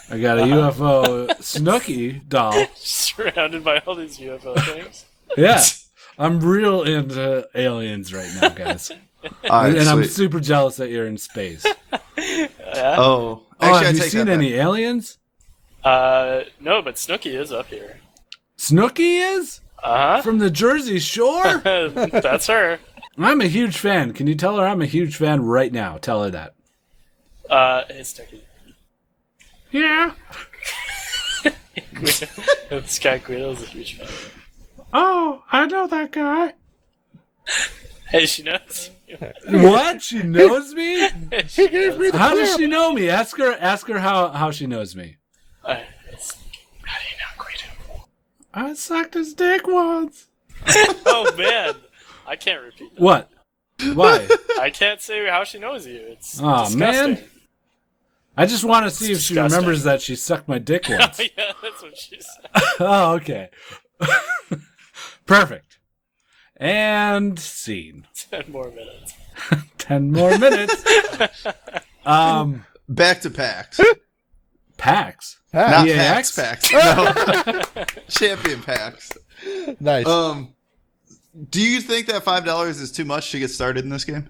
S1: I got a (laughs) UFO Snooki (laughs) doll.
S3: Surrounded by all these UFO things.
S1: Yeah. I'm real into aliens right now, guys.
S5: All right,
S1: and I'm
S5: sweet.
S1: super jealous that you're in
S5: (laughs)
S1: space.
S5: oh,
S1: oh,
S5: actually, I
S1: have you
S5: take
S1: seen
S5: that
S1: any
S5: back.
S1: aliens?
S3: Uh, no, but Snooky is up here.
S1: Snooki is?
S3: Uh
S1: From the Jersey
S5: (laughs)
S1: Shore?
S3: huh. (laughs) That's her.
S1: I'm a huge fan. Can you tell her I'm a huge fan right now? Tell her that.
S3: Uh, hey Snooky. (laughs)
S1: Yeah.
S3: Scott Guido's a huge fan.
S1: Oh, I know that guy.
S3: Hey, she knows. you.
S1: What? She knows (laughs) me?
S2: He gave me the
S1: How does
S2: clear.
S1: she know me? Ask her ask her how, how she knows me.
S3: Uh, it's- How do you know Guido?
S1: I sucked his dick once.
S3: Oh man, I can't repeat. That.
S5: (laughs)
S1: What? Why?
S3: I can't say how she knows you. It's
S1: Aw,
S3: disgusting. (laughs)
S1: man. I just want to see if she
S3: disgusting.
S1: remembers that she sucked my
S5: (laughs)
S1: dick once.
S3: yeah, that's what she said. (laughs)
S1: oh, okay. (laughs) Perfect. And scene.
S3: Ten more minutes.
S1: Ten more
S5: (laughs)
S1: minutes. um,
S5: Back
S1: (laughs)
S5: to PAX.
S1: PAX.
S5: Not
S1: Yeah,
S5: PAX,
S1: (laughs)
S5: PAX. No. (laughs) Champion PAX.
S2: Nice.
S5: Um, do you think that $5 is too much to get started in this game?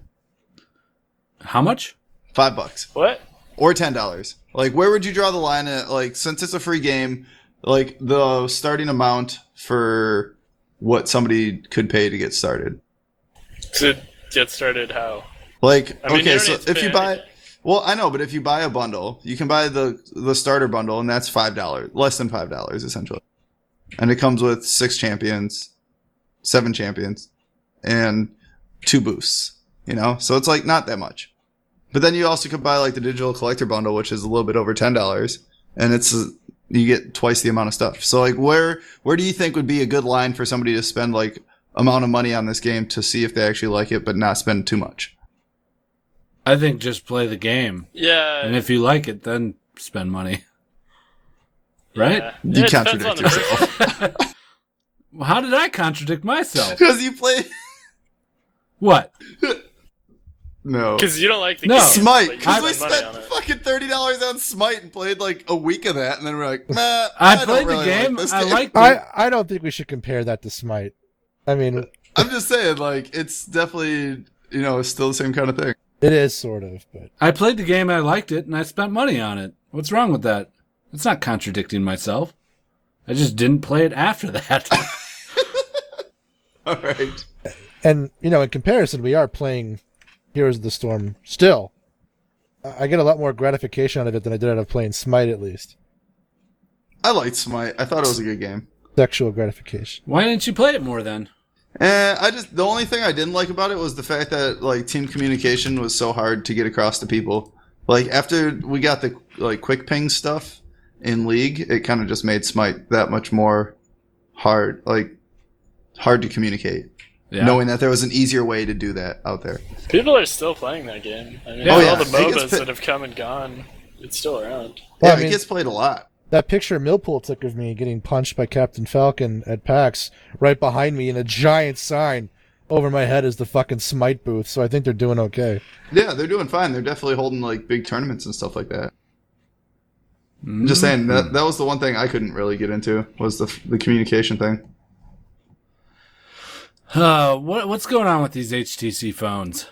S1: How much?
S5: Five bucks.
S3: What?
S5: or ten dollars. Like, where would you draw the line at? Like, since it's a free game, like the starting amount for what somebody could pay to get started.
S3: To get started, how?
S5: Like,
S3: I mean, you
S5: okay,
S3: don't
S5: so
S3: need to
S5: if
S3: pay
S5: you buy,
S3: anything.
S5: well, I know, but if you buy a bundle, you can buy the the starter bundle, and that's five dollars, less than five dollars essentially, and it comes with six champions, seven champions, and two boosts. You know, so it's like not that much. But then you also could buy like the digital collector bundle, which is a little bit over ten dollars, and it's uh, you get twice the amount of stuff. So like, where where do you think would be a good line for somebody to spend like amount of money on this game to see if they actually like it, but not spend too much?
S1: I think just play the game.
S3: Yeah.
S1: And if you like it, then spend money. Right?
S3: yeah.
S5: You
S3: It depends on
S5: contradict
S3: the person.
S5: yourself
S1: Well, How did I contradict myself?
S5: (laughs) because you play
S1: What?
S5: no.
S3: Because you don't like the
S1: No.
S3: game.
S5: (laughs) Smite,
S3: but you
S5: because
S3: spend
S5: we
S3: money
S5: spent
S3: on it.
S5: fucking thirty dollars on Smite and played like a week of that, and then we're like, nah, I,
S1: I,
S5: don't
S1: played
S5: really
S1: the game.
S5: Like this
S1: I
S5: game.
S1: liked it.
S2: I, I don't think we should compare that to Smite. I mean,
S5: (laughs) I'm just saying, like, it's definitely you know still the same kind of thing. (laughs)
S2: it is sort of, but
S1: I played the game. I liked it, and I spent money on it. What's wrong with that? It's not contradicting myself. I just didn't play it after (laughs)
S5: (laughs)
S1: that.
S5: All right,
S2: and you know, in comparison, we are playing Heroes of the Storm still. I I get a lot more gratification out of it than I did out of playing Smite, at least
S5: I liked Smite. I thought it was a good game.
S2: sexual gratification.
S1: Why didn't you play it more then?
S5: And Eh, I just the only thing I didn't like about it was the fact that like team communication was so hard to get across to people. Like after we got the like quick ping stuff in league, it kind of just made Smite that much more hard, like hard to communicate.
S1: Yeah.
S5: Knowing that there was an easier way to do that out there.
S3: People are still playing that game. I mean,
S1: Yeah.
S5: Oh,
S3: all
S5: yeah.
S3: the
S5: It gets
S3: MOBAs
S5: pi-
S3: that have come and gone, it's still around.
S2: Well,
S5: yeah,
S2: I
S5: it
S2: mean-
S5: gets played a lot.
S2: That picture Millpool took of me getting punched by Captain Falcon at PAX, right behind me, and a giant sign over my head is the fucking Smite booth. So I think they're doing okay.
S5: Yeah, they're doing fine. They're definitely holding like big tournaments and stuff like that. I'm just saying that that was the one thing I couldn't really get into was the the communication thing.
S1: Uh, what what's going on with these HTC phones?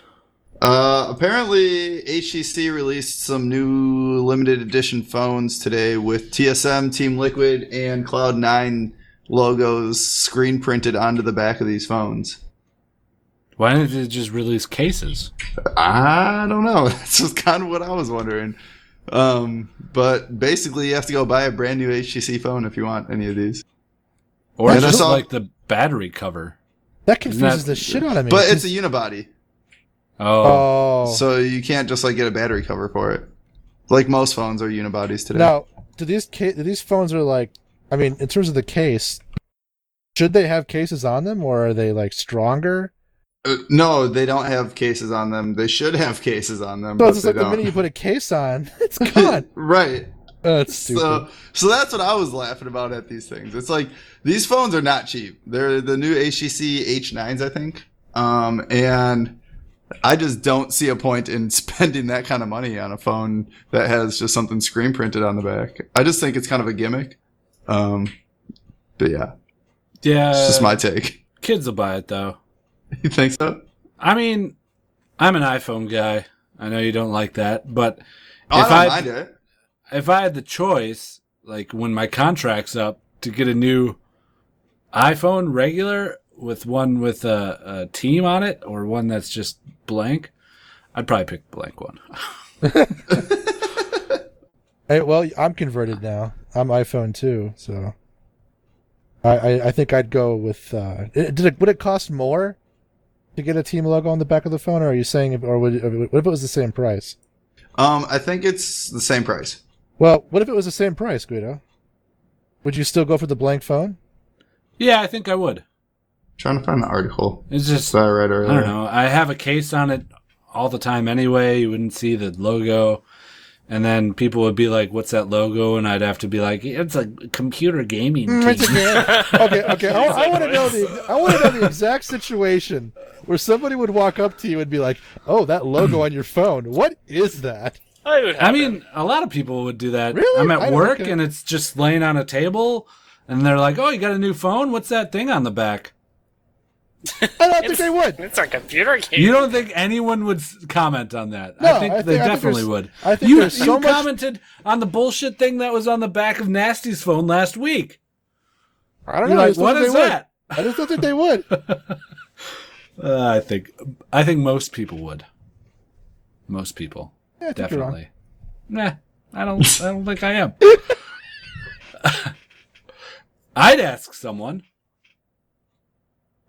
S5: Uh, apparently, HTC released some new limited edition phones today with TSM, Team Liquid, and Cloud9 logos screen printed onto the back of these phones.
S1: Why didn't they just release cases?
S5: I don't know. (laughs) That's just kind of what I was wondering. Um, but basically, you have to go buy a brand new HTC phone if you want any of these.
S1: Or
S5: Yeah,
S1: just
S5: that's all-
S1: like the battery cover?
S2: That confuses
S1: that-
S2: the shit out of me.
S5: But it's a unibody,
S1: Oh,
S2: oh,
S5: Uh, so you can't just like get a battery cover for it. Like most phones are unibodies today.
S2: Now, do these ca- do these phones are like? I mean, in terms of the case, should they have cases on them, or are they like stronger?
S5: Uh, no, they don't have cases on them. They should have cases on them.
S2: No,
S5: but
S2: it's just
S5: they
S2: like the
S5: don't.
S2: minute you put a case on, (laughs)
S5: (laughs)
S2: it's gone.
S5: right.
S2: oh, it's stupid.
S5: So, so that's what I was laughing about at these things. It's like these phones are not cheap. They're the new HTC H9s, I think. Um, and I just don't see a point in (laughs) spending that kind of money on a phone that has just something screen printed on the back. I just think it's kind of a gimmick. Um, but yeah,
S1: Yeah,
S5: it's just my take. (laughs)
S1: kids will buy it though.
S5: You think so?
S1: I mean, I'm an iPhone guy. I know you don't like that, but
S5: Oh,
S1: If
S5: I
S1: I-
S5: don't mind it.
S1: if I had the choice, like when my contract's up, to get a new iPhone regular with one with a, a team on it or one that's just blank, I'd probably pick the blank one.
S2: Hey, well, I'm converted now. I'm iPhone too, so I I, I think I'd go with. Uh, it- did it would it cost more to get a team logo on the back of the phone, or are you saying, if- or would it, what if it was the same price?
S5: Um, I think it's the same price.
S2: Well, what if it was the same price, Guido? Would you still go for the blank phone?
S1: Yeah, I think I would.
S5: trying to find the article.
S1: It's just
S5: Is that right earlier?
S1: I don't know. I have a case on it all the time anyway. You wouldn't see the logo. And then people would be like, what's that logo? And I'd have to be like, it's a computer gaming
S2: Mm,
S1: case.
S2: okay, okay. I, I want to know the I want to know the exact situation where somebody would walk up to you and be like, "Oh, that logo on your phone. What is that?"
S3: I would have
S1: I mean, a lot of people would do that.
S2: Really?
S1: I'm at
S2: I don't
S1: work
S2: think I-
S1: and it's just laying on a table and they're like, oh, you got a new phone? What's that thing on the back?
S2: I don't think they would.
S3: It's a computer game.
S1: You don't think anyone would s- comment on that?
S2: No,
S1: I think
S2: I
S1: they
S2: think- I think
S1: definitely
S2: there's-
S1: would.
S2: I think
S1: you,
S2: there's so
S1: you
S2: much-
S1: commented on the bullshit thing that was on the back of Nasty's phone last week.
S2: I don't
S1: You're
S2: know. I
S1: like,
S2: just don't
S1: what
S2: think
S1: is
S2: they would.
S1: that?
S2: I just don't think they would.
S1: Uh, I think I think most people would. Most people,
S2: Yeah, I think you're wrong.
S1: definitely. Nah, I
S2: (laughs)
S1: don't. I don't think I am. I'd ask someone.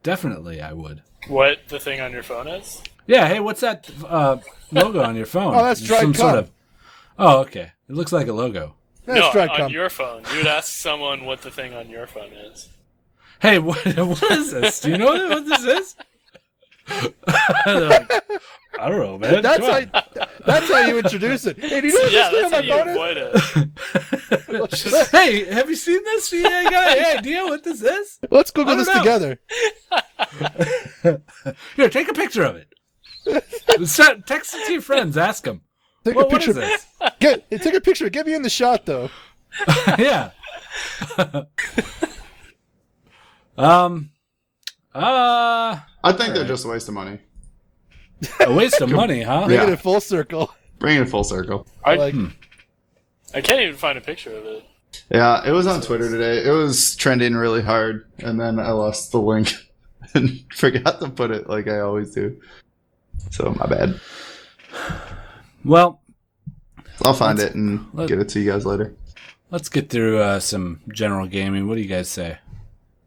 S1: Definitely, I would.
S3: what the thing on your phone is?
S1: Yeah. Hey, what's that uh, logo on your phone?
S2: (laughs) Oh, that's dried cum.
S1: Oh, okay. It looks like a logo.
S2: That's
S3: no, uh,
S2: drug
S3: on
S2: cum.
S3: your phone. You would ask someone what the thing on your phone is.
S1: Hey, (laughs) what, what is this? Do you know what this is? (laughs) They're like, I don't know, man.
S2: (laughs) That's
S1: Come on."
S2: how. That's how you introduce it. Hey, do you know what
S3: Yeah,
S2: this
S3: that's how
S2: thing
S3: you
S2: on my phone
S3: avoid it.
S2: is?
S1: hey, have you seen this? You ain't got any idea what this is?
S2: Let's
S1: I
S2: Google
S1: don't
S2: this
S1: know.
S2: together.
S1: Here, take a picture of it. Send- Text it to your friends. Ask them.
S2: Take
S1: Well,
S2: a
S1: what
S2: picture.
S1: is this? (laughs)
S2: Get, hey, take a picture. Get me in the shot, though.
S1: yeah. (laughs) um. Uh,
S5: I think they're just a waste of money.
S1: a waste of money, huh?
S2: Bring it
S5: Yeah.
S2: in full circle.
S5: Bring it full circle.
S3: I-
S2: Like,
S3: I can't even find a picture of it.
S5: Yeah, it was on Twitter today. It was trending really hard, and then I lost the link (laughs) and forgot to put it like I always do. So my bad.
S1: Well,
S5: I'll find it and
S1: let-
S5: get it to you guys later.
S1: let's get through uh, some general gaming. What do you guys say?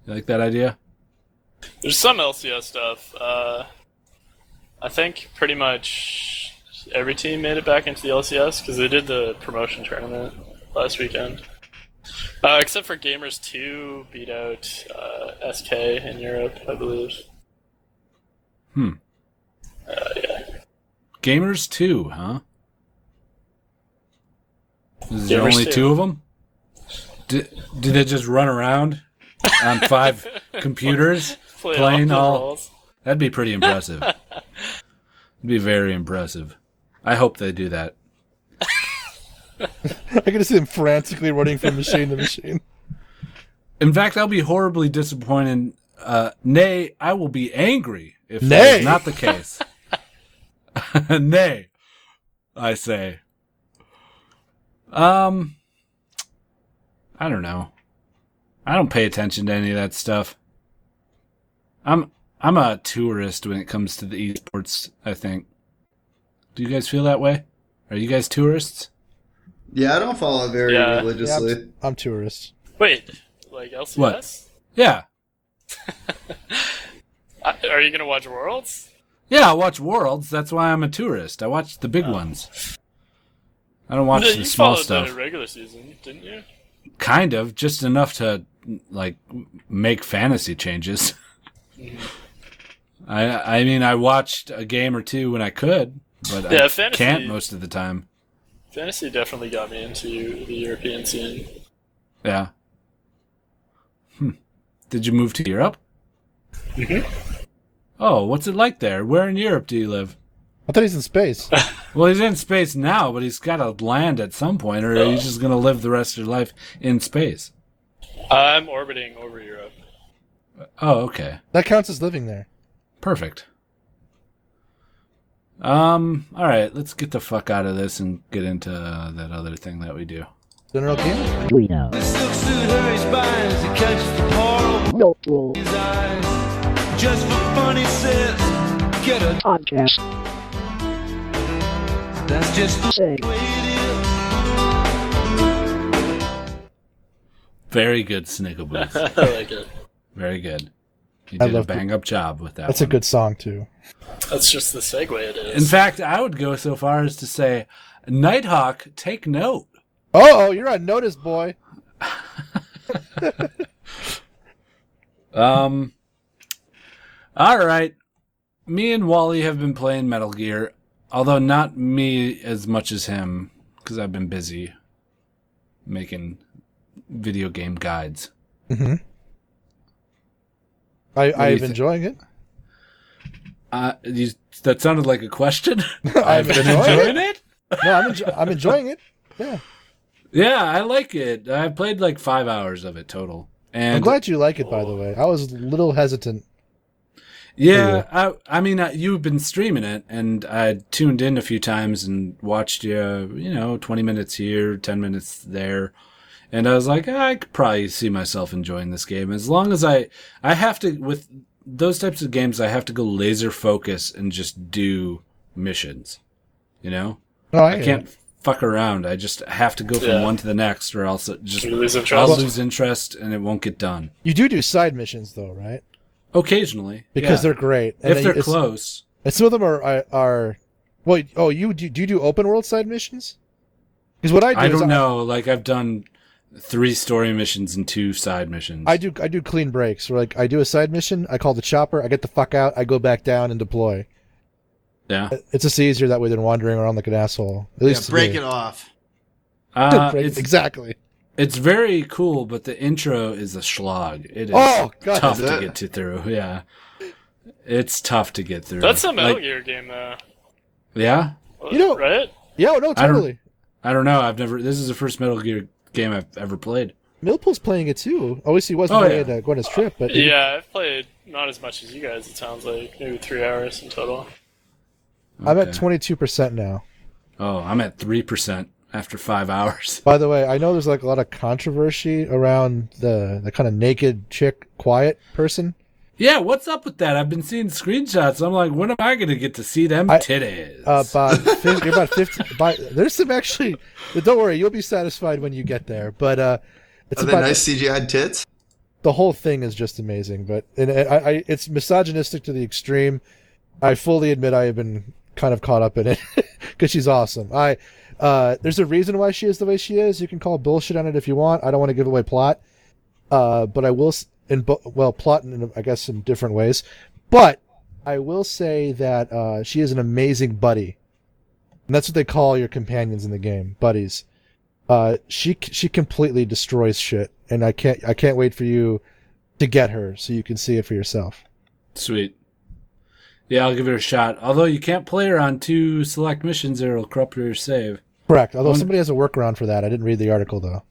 S1: You like that idea?
S3: There's some LCS stuff. Uh, I think pretty much every team made it back into the LCS because they did the promotion tournament last weekend. Uh, except for Gamers 2 beat out uh, SK in Europe, I believe.
S1: Hmm.
S3: Uh, yeah.
S1: Gamers two, huh? Is there
S3: Gamers
S1: only
S3: 2.
S1: two of them? Do, do they just run around on
S3: (laughs)
S1: five computers?
S3: Play
S1: Playing
S3: all the
S1: all-
S3: roles.
S1: That'd be pretty impressive. It'd be very impressive. I hope they do that.
S2: I can just see them frantically running from machine to machine.
S1: In fact, I'll be horribly disappointed. Uh, nay, I will be angry if
S2: Nay.
S1: that is not the case. (laughs) nay, I say. Um, I don't know. I don't pay attention to any of that stuff. I'm I'm a tourist when it comes to the esports. I think. Do you guys feel that way? Are you guys tourists?
S5: Yeah, I don't follow it very
S3: Yeah.
S2: Yeah, I'm, I'm tourist.
S3: Wait, like LCS?
S1: Yeah,
S3: I, are you going to watch Worlds?
S1: Yeah, I watch Worlds. That's why I'm a tourist. I watch the big ones. I don't watch
S3: Yeah,
S1: the
S3: Oh. you
S1: small
S3: followed
S1: stuff.
S3: the regular season, didn't you?
S1: Kind of, just enough to like make fantasy changes. (laughs) I I mean, I watched a game or two when I could, but I
S3: Yeah, fantasy-
S1: can't most of the time.
S3: Fantasy definitely got me into the European scene.
S1: Yeah. Hmm. Did you move to Europe? Oh, what's it like there? Where in Europe do you live?
S2: I thought he's in space.
S1: Well, he's in space now, but he's got to land at some point, or
S3: Oh.
S1: he's just going to live the rest of your life in space.
S3: I'm orbiting over Europe.
S1: Oh, okay.
S2: that counts as living there.
S1: Perfect. Um, all right, let's get the fuck out of this and get into uh, that other thing that we do.
S2: General Game.
S4: This silk suit hurries by as he catches the poor old his eyes. Just for fun, he says, get a
S6: Podcast.
S4: That's just the
S6: Say.
S4: way it is.
S1: Very good, Snickle
S3: (laughs)
S1: Boots.
S3: (laughs) I like it.
S1: Very good. You
S2: I
S1: did a
S2: love the-
S1: bang up job with that.
S2: That's a
S1: one.
S2: good song too.
S3: That's just the segue it is.
S1: In fact, I would go so far as to say, Nighthawk, take note.
S2: Oh, you're on notice, boy.
S1: Um. All right. Me and Wally have been playing Metal Gear, although not me as much as him, because I've been busy making video game guides.
S2: I,
S1: do you
S2: I'm
S1: think?
S2: enjoying
S1: (laughs)
S2: it.
S1: Uh, you, that sounded like a
S2: (laughs)
S1: question.
S2: I've been enjoying
S1: Enjoying it?
S2: No, I'm, enjo- I'm enjoying it. Yeah,
S1: Yeah, I like it. I played like five hours of it total. And
S2: I'm glad you like it. By the way, I was a little hesitant.
S1: Yeah, I I mean uh, you've been streaming it, and I tuned in a few times and watched you. You know, twenty minutes here, ten minutes there, and I was like, I could probably see myself enjoying this game as long as I I have to with those types of games. I have to go laser focus and just do missions. You know,
S2: No, I,
S1: I
S2: hear
S1: can't fuck around. I just have to go from
S3: Yeah.
S1: one to the next, or else it just
S3: You lose interest.
S1: I'll lose interest and it won't get done.
S2: You do do side missions though, right?
S1: Occasionally,
S2: Because
S1: yeah.
S2: they're great.
S1: if
S2: then
S1: they're
S2: it's-
S1: close.
S2: And some of them are are, are well. Oh, you do, do you do open world side missions? Because what I do
S1: I
S2: is
S1: don't know. Like I've done three story missions and two side missions.
S2: I do I do clean breaks. Where like I do a side mission, I call the chopper, I get the fuck out, I go back down and deploy.
S1: yeah.
S2: It's just easier that way than wandering around like an asshole. At
S5: Yeah,
S2: least to
S5: break
S2: me.
S5: it off.
S1: (laughs) Uh,
S2: (laughs) Break-
S1: it's
S2: exactly.
S1: it's very cool, but the intro is a slog. It is
S2: Oh, God,
S1: tough
S5: is
S1: to
S5: it?
S1: get to through. Yeah, it's tough to get through.
S3: That's a Metal
S1: Like,
S3: Gear game, though.
S1: Yeah,
S2: You know-
S3: right?
S2: Yeah, oh, no,
S1: I don't-
S2: totally.
S1: I don't know. I've never. This is the first Metal Gear game I've ever played.
S2: Millpool's playing it too. Obviously, he was
S1: Oh,
S2: playing
S1: yeah.
S2: it uh, going his trip, but
S3: Yeah, I've played not as much as you guys. It sounds like maybe three hours in total.
S2: I'm at
S1: Okay.
S2: twenty two percent now.
S1: Oh, I'm at three percent after five hours. (laughs)
S2: By the way, I know there's like a lot of controversy around the the kind of naked chick, quiet person.
S1: Yeah, what's up with that? I've been seeing screenshots. I'm like, when am I gonna get to see them
S2: I-
S1: titties? (laughs)
S2: Uh, about fif- you're about fifty. By, there's some actually. But don't worry, you'll be satisfied when you get there. But uh, it's
S5: Are they
S2: about
S5: nice CGI tits?
S2: the whole thing is just amazing. But and I, I, it's misogynistic to the extreme. I fully admit I have been kind of caught up in it (laughs) because she's awesome. I uh, there's a reason why she is the way she is. You can call bullshit on it if you want. I don't want to give away plot, uh, but I will s- in bo- well plot in I guess in different ways. But I will say that uh, she is an amazing buddy, and that's what they call your companions in the game, buddies uh, she she completely destroys shit, and I can't I can't wait for you to get her so you can see it for yourself.
S1: Sweet. Yeah, I'll give it a shot. Although you can't play her on two select missions, or it'll corrupt your save.
S2: Correct. Although
S1: One-
S2: somebody has a workaround for that. I didn't read the article though.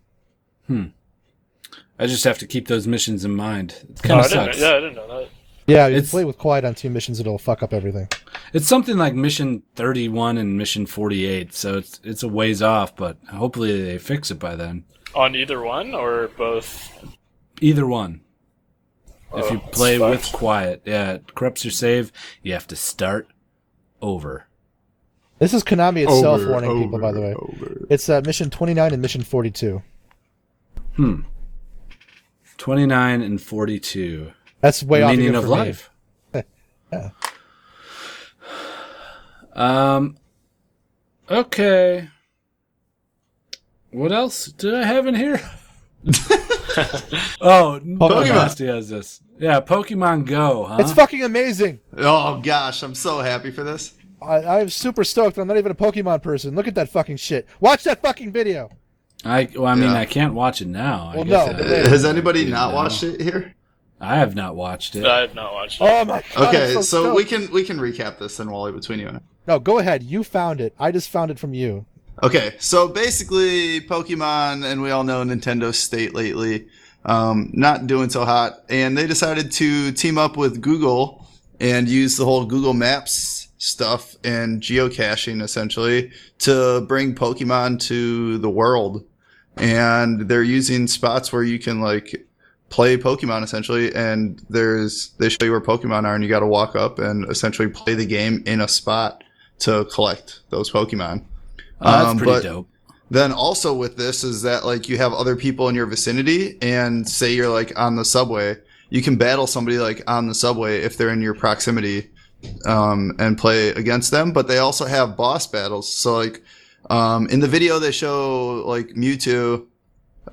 S1: I just have to keep those missions in mind. It
S3: Oh,
S1: kind
S3: I
S1: of
S3: didn't,
S1: sucks.
S3: know- yeah, I didn't know that.
S2: Yeah, you
S1: It's-
S2: play with quiet on two missions, it'll fuck up everything.
S1: It's something like mission 31 and mission 48, so it's it's a ways off, but hopefully they fix it by then.
S3: On either one or both?
S1: Either one. if you
S3: Oh,
S1: play
S3: fuck.
S1: with quiet, yeah, it corrupts your save. You have to start over.
S2: This is Konami itself warning people,
S5: over,
S2: by the way.
S5: over.
S2: It's uh, mission twenty nine and mission forty two.
S1: 29 and 42.
S2: That's way off.
S1: meaning
S2: even
S1: of
S2: for me.
S1: life.
S2: (laughs)
S1: Um. Okay. What else did I have in here? oh, Pokemon has this. Yeah, Pokemon Go, huh?
S2: It's fucking amazing.
S5: Oh gosh, I'm so happy for this.
S2: I, I'm super stoked. I'm not even a Pokemon person. Look at that fucking shit. Watch that fucking video.
S1: I well, I mean,
S5: Yeah.
S1: I can't watch it now. I
S2: Well,
S1: guess
S2: no,
S1: I,
S2: but they-
S5: Has anybody not watched it here?
S1: I have not watched it.
S3: I have not watched it.
S2: Oh my god.
S5: Okay,
S2: I'm so,
S5: so,
S2: stoked.
S5: we can we can recap this then, Wally, between you and I.
S2: No, go ahead. You found it. I just found it from
S5: (laughs)
S2: you.
S5: Okay, so basically, Pokemon, and we all know Nintendo's state lately, um, not doing so hot, and they decided to team up with Google and use the whole Google Maps stuff and geocaching essentially to bring Pokemon to the world. And they're using spots where you can like play Pokemon essentially, and there's they show you where Pokemon are, and you got to walk up and essentially play the game in a spot to collect those Pokemon
S1: Oh, that's
S5: um,
S1: pretty
S5: but-
S1: dope.
S5: then also with this is that like you have other people in your vicinity and say you're like on the subway you can battle somebody like on the subway if they're in your proximity um, and play against them but they also have boss battles so like um, in the video they show like mewtwo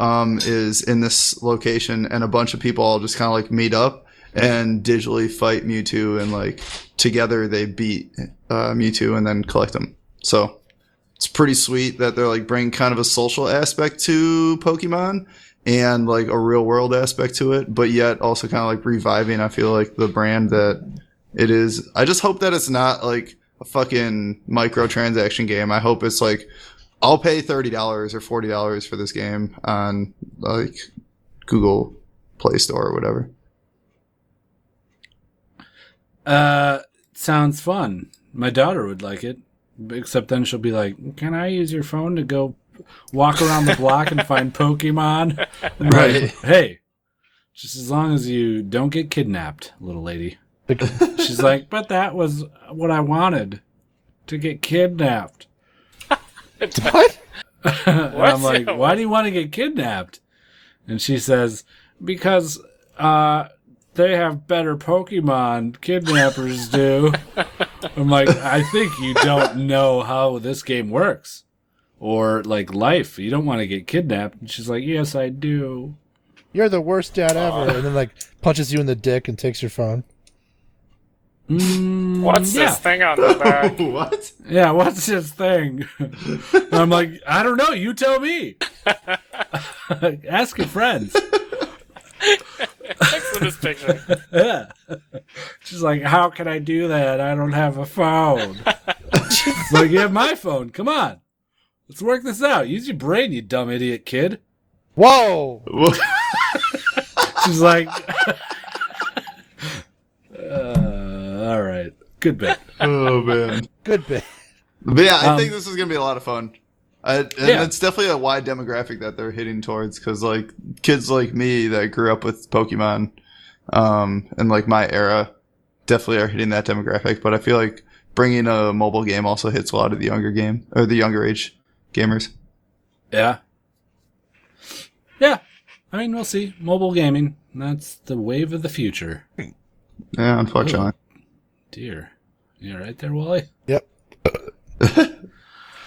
S5: um, is in this location and a bunch of people all just kind of like meet up and digitally fight mewtwo and like together they beat uh, mewtwo and then collect them so it's pretty sweet that they're like bringing kind of a social aspect to Pokemon and like a real world aspect to it, but yet also kind of like reviving, I feel like, the brand that it is. I just hope that it's not like a fucking microtransaction game. I hope it's like, I'll pay $30 or $40 for this game on like Google Play Store or whatever.
S1: Uh, sounds fun. My daughter would like it, except then she'll be like, "Can I use your phone to go walk around the block and find Pokemon?" I'm like,
S5: Right.
S1: hey, just as long as you don't get kidnapped, little lady. She's like, "But that was what I wanted, to get kidnapped."
S2: What?
S1: and I'm like, why do you want to get kidnapped? And she says, because uh, they have better Pokemon, kidnappers do. I'm like, I think you don't know how this game works. Or like life, you don't want to get kidnapped. And she's like, yes, I do.
S2: You're the worst dad ever. (laughs) And then like punches you in the dick and takes your phone.
S1: Mm,
S7: What's
S1: yeah.
S7: this thing on the back?
S5: what?
S1: Yeah, what's his thing? And I'm like, I don't know. You tell me. (laughs) Ask your friends.
S7: Look at this
S1: (laughs)
S7: picture.
S1: She's like, "How can I do that? I don't have a phone." It's like, you have my phone. Come on, let's work this out. Use your brain, you dumb idiot kid.
S2: Whoa!
S1: She's like, uh, "All right, good bit."
S5: oh, man.
S2: Good bit.
S5: But yeah, I
S1: Um,
S5: think this is gonna be a lot of fun. I, and
S1: Yeah.
S5: it's definitely a wide demographic that they're hitting towards because like kids like me that grew up with Pokemon, um, and like my era, definitely are hitting that demographic. But I feel like bringing a mobile game also hits a lot of the younger game or the younger age gamers.
S1: Yeah, yeah. I mean, we'll see. Mobile gaming—that's the wave of the future.
S5: Yeah, unfortunately.
S1: Dear, you all right there, Wally?
S2: Yep.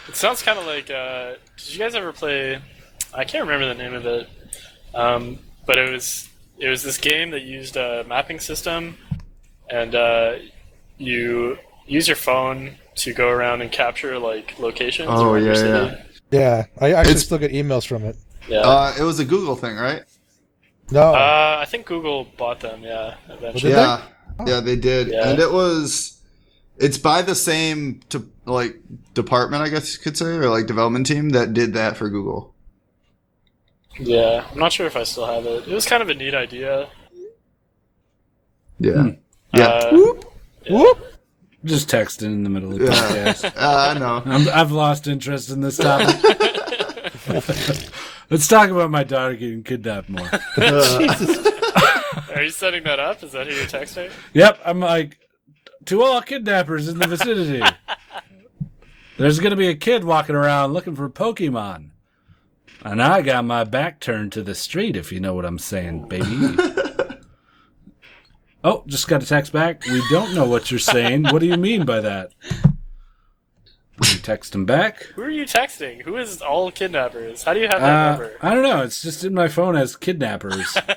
S3: It sounds kind of like. Uh, did you guys ever play? I can't remember the name of it, um, but it was it was this game that used a mapping system, and uh, you use your phone to go around and capture like locations.
S5: Oh,
S3: around your
S5: yeah,
S3: city.
S2: Yeah. I actually
S5: It's-
S2: still get emails from it.
S3: yeah. Uh,
S5: Uh, it was a Google thing, right?
S2: No.
S5: Uh,
S3: I think Google bought them. Yeah, eventually.
S2: Did
S5: yeah, yeah, they did,
S3: Yeah.
S5: and it was. It's by the same to like department, I guess you could say, or like development team that did that for Google.
S3: Yeah, I'm not sure if I still have it. It was kind of a neat idea.
S5: Yeah. Yeah.
S3: Uh,
S1: Just texting in the middle of the
S5: Yeah.
S1: podcast.
S5: Uh, I know.
S1: I'm, I've lost interest in this topic. Let's talk about my daughter getting kidnapped more.
S3: are you setting that up? Is that who you're texting?
S1: Yep, I'm like, to all kidnappers in the vicinity, there's going to be a kid walking around looking for Pokemon. And I got my back turned to the street, if you know what I'm saying, baby. oh, just got a text back. We don't know what you're saying. What do you mean by that? text him back.
S3: Who are you texting? Who is all kidnappers? How do you have that
S1: Uh,
S3: number?
S1: I don't know. It's just in my phone as kidnappers. I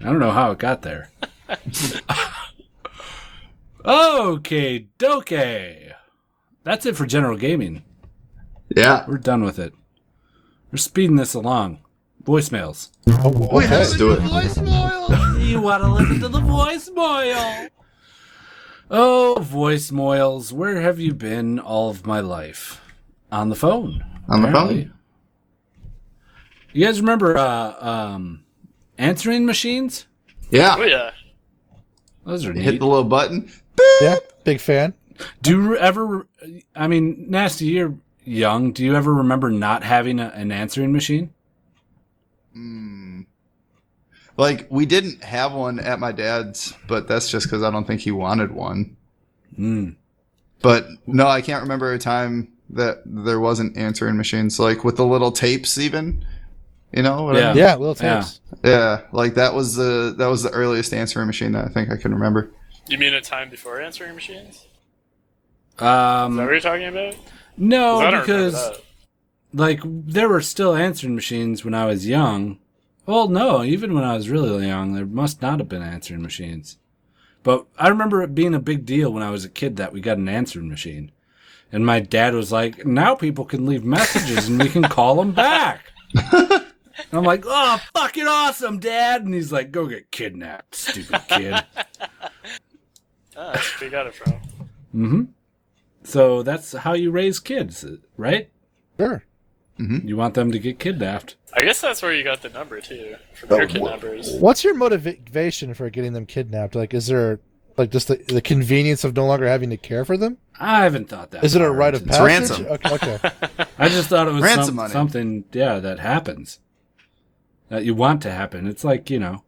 S1: don't know how it got there. okay, doke. That's it for general gaming.
S5: Yeah.
S1: We're done with it. We're speeding this along. Voicemails.
S5: Let's do it.
S1: You want to listen to the voicemail? Oh, voicemails, where have you been all of my life? On the phone.
S5: On the
S1: apparently.
S5: phone.
S1: You guys remember uh, um, answering machines?
S5: Yeah.
S3: Oh yeah.
S1: Those are
S5: You
S1: neat.
S5: Hit the little button.
S2: Yeah, big fan.
S1: Do you ever? I mean, nasty. You're young. Do you ever remember not having a, an answering machine?
S5: Like we didn't have one at my dad's, but that's just because I don't think he wanted one.
S1: Mm.
S5: But no, I can't remember a time that there wasn't answering machines, like with the little tapes, even. You know, whatever.
S2: Yeah, little
S1: Yeah.
S2: tapes.
S5: yeah, like that was the that was the earliest answering machine that I think I can remember.
S3: You mean a time before answering machines? Is that
S1: Um,
S3: what you're talking about? 'Cause I
S1: no,
S3: don't remember
S1: Oh, because
S3: that.
S1: like there were still answering machines when I was young. Well, no, even when I was really young, there must not have been answering machines. But I remember it being a big deal when I was a kid that we got an answering machine, and my dad was like, "Now people can leave messages and we can call them back." And I'm like, "Oh, fucking awesome, dad!" And he's like, "Go get kidnapped, stupid kid."
S3: Ah, that's where you got it from.
S1: hmm So that's how you raise kids, right?
S2: Sure.
S1: You want them to get kidnapped.
S3: I guess that's where you got the number
S2: Oh,
S3: too from your kidnappers.
S2: What's your motivation for getting them kidnapped? Like, is there like just the, the convenience of no longer having to care for them?
S1: I haven't thought that.
S2: Is it a
S1: far
S2: rite
S1: into
S2: of
S1: this.
S5: It's
S2: passage?
S5: ransom.
S2: Okay, okay.
S1: I just thought it was
S5: Ransom
S1: some-
S5: money.
S1: something, yeah, that happens. That you want to happen. It's like, you know,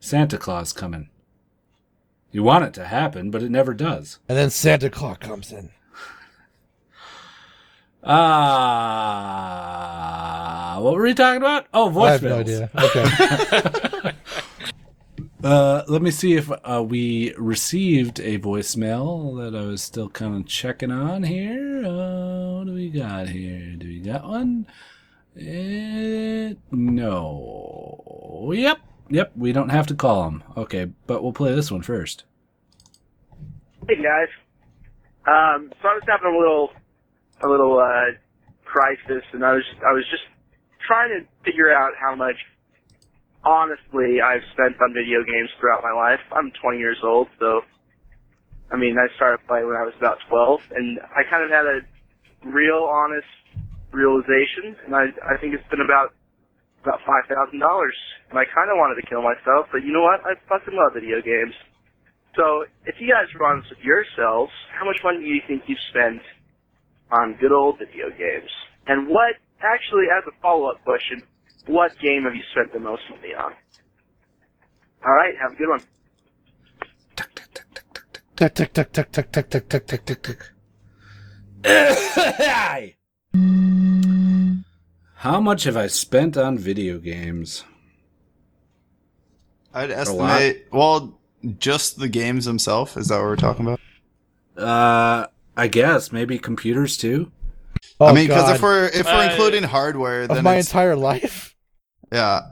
S1: Santa Claus coming. You want it to happen, but it never does.
S2: And then Santa Claus comes in.
S1: Ah, what were we talking about? Oh, voicemails.
S2: I have no idea. Okay.
S5: (laughs)
S1: Uh, let me see if uh, we received a voicemail that I was still kind of checking on here. Uh, what do we got here? Do we got one? Eh, no. Yep. Yep. We don't have to call him. Okay, but we'll play this one first. (laughs)
S8: Hey guys. Um, so I was having a little, a little uh, crisis, and I was I was just trying to figure out how much, honestly, I've spent on video games throughout my life. I'm 20 years old, so I mean, I started playing when I was about 12, and I kind of had a real, honest realization, and I I think it's been about about five thousand dollars, and I kind of wanted to kill myself, but you know what? I fucking love video games. So, if you guys were honest with yourselves, how much money do you think you've spent on good old video games? And what, actually, as a follow-up question, what game have you spent the most money on? All right, have a good one.
S2: Tuck, tuck, tuck, tuck, tuck, tuck, tuck, tuck, tuck, tuck, tuck.
S1: How much have I spent on video games?
S5: I'd
S1: lot?
S5: estimate. Well, just the games themselves. Is that what we're talking about?
S1: Uh, I guess maybe computers too.
S2: Oh,
S5: I mean, because
S2: God.
S5: if we're if we're
S3: Uh,
S5: including hardware,
S2: of
S5: then
S2: my
S5: it's,
S2: entire life.
S5: yeah.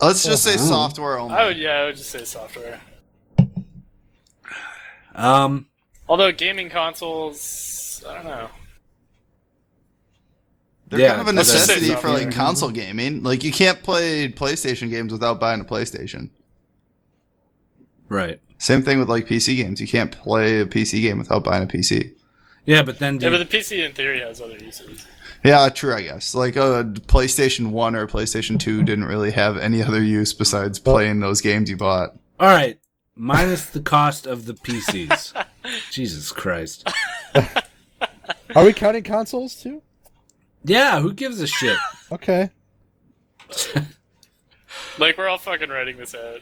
S5: Let's just say software only.
S3: I would yeah, I would just say software.
S1: Um,
S3: Although gaming consoles, I don't know.
S5: They're
S1: Yeah,
S5: kind of a
S1: that's-
S5: necessity
S3: that's-
S5: for
S2: Mm-hmm.
S5: like console gaming. Like you can't play PlayStation games without buying a PlayStation.
S1: right.
S5: Same thing with like PC games. You can't play a PC game without buying a PC.
S1: Yeah, but then do
S3: Yeah, but
S1: you-
S3: the PC in theory has other uses.
S5: Yeah, true. I guess like a PlayStation One or PlayStation Two didn't really have any other use besides playing those games you bought.
S1: All right, minus the cost of the PCs. Jesus Christ.
S2: Are we counting consoles too?
S1: Yeah, who gives a shit?
S2: Okay.
S3: Like we're all fucking writing this out.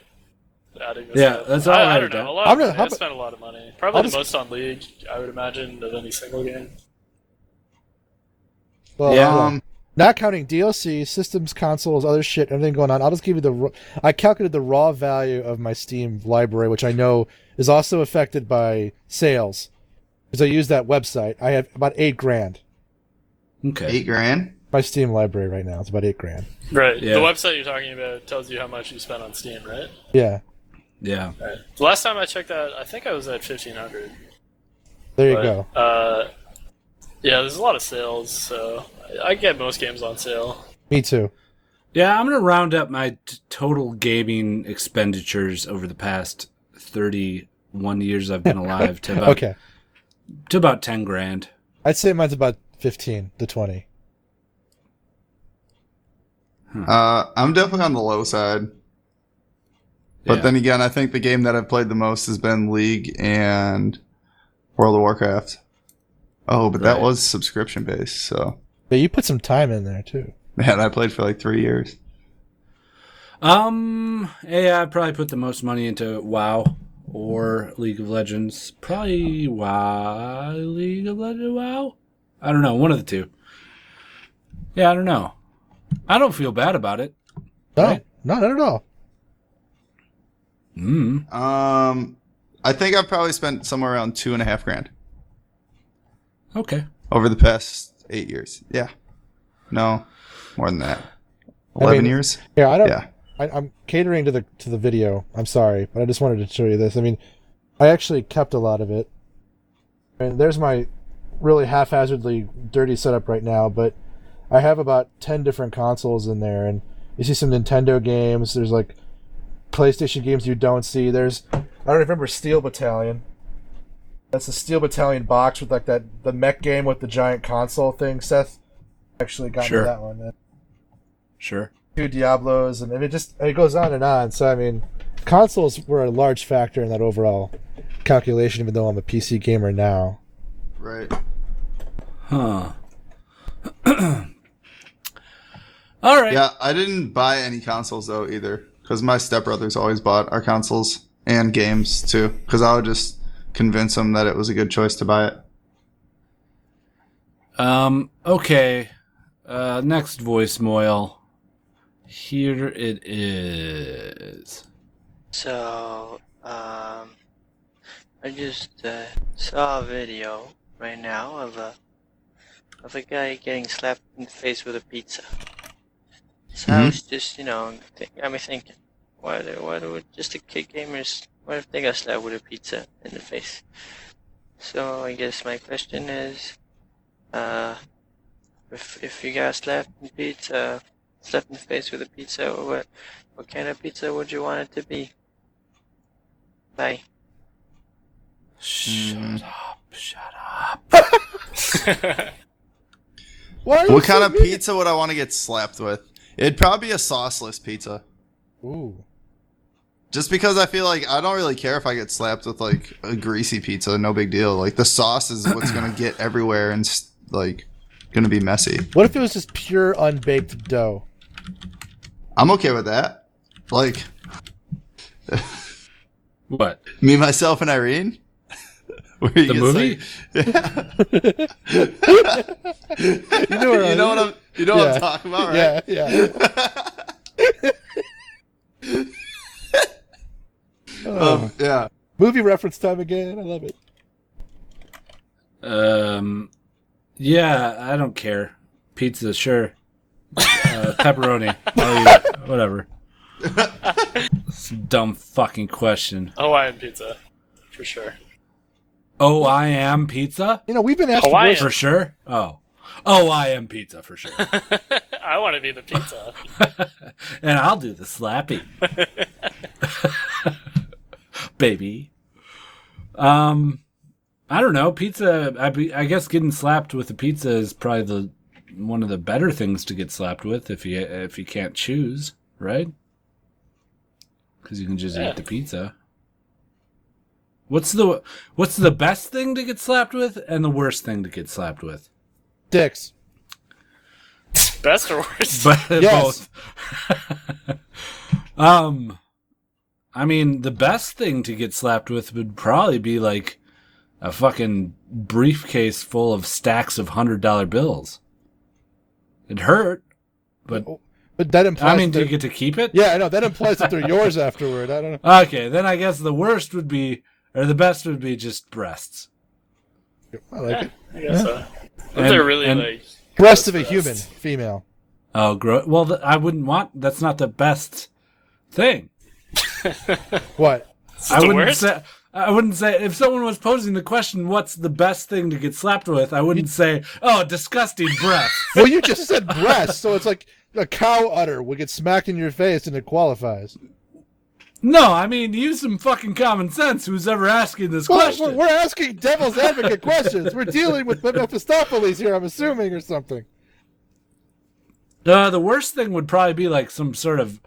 S3: Adding this
S1: Yeah,
S3: up.
S1: that's all
S3: I, I
S1: I've
S3: don't
S1: done.
S3: know. A lot
S2: I'm
S3: of
S2: gonna-
S3: money.
S2: how
S3: I
S2: about-
S3: spent a lot of money. Probably
S2: just-
S3: the most on League, I would imagine, of any single game.
S2: Well,
S1: Yeah.
S2: well,
S5: Um,
S2: not counting DLC, systems, consoles, other shit, everything going on. I'll just give you the. ra- I calculated the raw value of my Steam library, which I know is also affected by sales, because I use that website. I have about eight grand.
S1: Okay.
S5: Eight grand.
S2: My Steam library right now, it's about eight grand.
S3: Right.
S1: Yeah.
S3: The website you're talking about tells you how much you spent on Steam, right?
S2: Yeah,
S1: Yeah.
S3: Right. The last time I checked that, I think I was at fifteen hundred.
S2: there you go.
S3: Uh, yeah, there's a lot of sales, so I- I get most games on sale.
S2: Me too.
S1: Yeah, I'm going to round up my t- total gaming expenditures over the past 31 years I've been alive to about,
S2: Okay,
S1: to about 10 grand.
S2: I'd say mine's about fifteen to twenty.
S5: Uh, I'm definitely on the low side. But
S1: Yeah.
S5: then again, I think the game that I've played the most has been League and World of Warcraft. Oh, but that
S1: Right.
S5: was subscription based, so
S2: But you put some time in there too.
S5: man, I played for like three years.
S1: Um, yeah, I probably put the most money into WoW or League of Legends. Probably WoW, League of Legends, WoW. I don't know, one of the two. Yeah, I don't know. I don't feel bad about it.
S2: No,
S1: Right.
S2: no, not at all.
S1: Mm.
S5: Um, I think I've probably spent somewhere around two and a half grand
S1: Okay.
S5: over the past eight years. Yeah, no, more than that. Eleven
S2: mean-
S5: years.
S2: Yeah, I don't.
S5: Yeah.
S2: I, I'm catering to the to the video. I'm sorry, but I just wanted to show you this. I mean, I actually kept a lot of it. And there's my really haphazardly dirty setup right now, but I have about ten different consoles in there, and you see some Nintendo games. There's like PlayStation games you don't see. There's I don't remember Steel Battalion. That's the Steel Battalion box with like that the mech game with the giant console thing. Seth actually got
S1: Sure.
S2: me that one uh,
S1: Sure.
S2: two Diablos, and, and it just it goes on and on. So I mean, consoles were a large factor in that overall calculation. Even though I'm a PC gamer now,
S5: Right.
S1: Huh. (clears throat) All right.
S5: Yeah, I didn't buy any consoles though either, because my stepbrothers always bought our consoles and games too, because I would just convince them that it was a good choice to buy it.
S1: Um, okay. Uh, next voicemail. Here it is.
S9: So, um, I just uh, saw a video right now of a of a guy getting slapped in the face with a pizza. So I was just, you know, think, I mean, thinking, why do why do just the kid gamers? What if they got slapped with a pizza in the face? So I guess my question is, uh, if if you got slapped in pizza, slapped in the face with a pizza, what what kind of pizza would you want it to be? Bye.
S1: Shut up. Shut up.
S2: Why
S5: What kind of pizza would I want to get slapped with? It'd probably be a sauceless pizza.
S2: Ooh,
S5: Just because I feel like I don't really care if I get slapped with like a greasy pizza, no big deal. Like the sauce is what's gonna get everywhere and s- like gonna be messy.
S2: what if it was just pure unbaked dough?
S5: I'm okay with that. Like
S1: What?
S5: me, myself, and Irene. (laughs) Where you
S1: The
S5: get,
S1: movie?
S5: like-
S2: You know, what I
S5: you
S2: mean?
S5: know what I'm. You know what
S2: Yeah.
S5: I'm talking about, right?
S2: Yeah, yeah.
S5: Um, yeah.
S2: Movie reference time again. I love it.
S1: Um, yeah, I don't care. Pizza, sure. Uh, pepperoni. I'll eat it. Whatever. It's a dumb fucking question.
S3: Hawaiian pizza, for sure.
S1: Oh, I am pizza?
S2: You know, we've been asked.
S3: Hawaiian.
S1: For sure? Oh. Oh, I am pizza for sure.
S3: (laughs) I want to be the pizza. (laughs)
S1: (laughs) and I'll do the slappy. (laughs) Baby. Um I don't know. Pizza I be, I guess getting slapped with a pizza is probably the one of the better things to get slapped with if you if you can't choose, right? Cuz you can just
S3: Yeah.
S1: eat the pizza. What's the what's the best thing to get slapped with and the worst thing to get slapped with?
S2: dicks.
S3: Best or
S1: (laughs)
S3: worst?
S1: but
S2: Yes.
S1: both. (laughs) um, I mean, the best thing to get slapped with would probably be like a fucking briefcase full of stacks of hundred dollar bills. It hurt, but
S2: But that implies.
S1: I mean, do
S2: that-
S1: you get to keep it?
S2: Oh, yeah, I know. That implies that they're (laughs) yours afterward. I don't know.
S1: Okay, then I guess the worst would be, or the best would be just breasts.
S2: I like it.
S3: I guess so. But they're really
S1: and-
S3: like
S2: Breast of a human, female.
S1: Oh, gro- well, th- I wouldn't want. That's not the best thing.
S2: What?
S1: I
S3: the
S1: wouldn't
S3: worst?
S1: say. I wouldn't say if someone was posing the question, "What's the best thing to get slapped with?" I wouldn't say, "Oh, disgusting breath."
S2: Well, you just said breast, so it's like a cow udder would get smacked in your face and it qualifies.
S1: no, I mean, use some fucking common sense. Who's ever asking this
S2: Well,
S1: question?
S2: we're, we're asking devil's advocate questions. We're dealing with Mephistopheles here, I'm assuming, or something.
S1: Uh, the worst thing would probably be like some sort of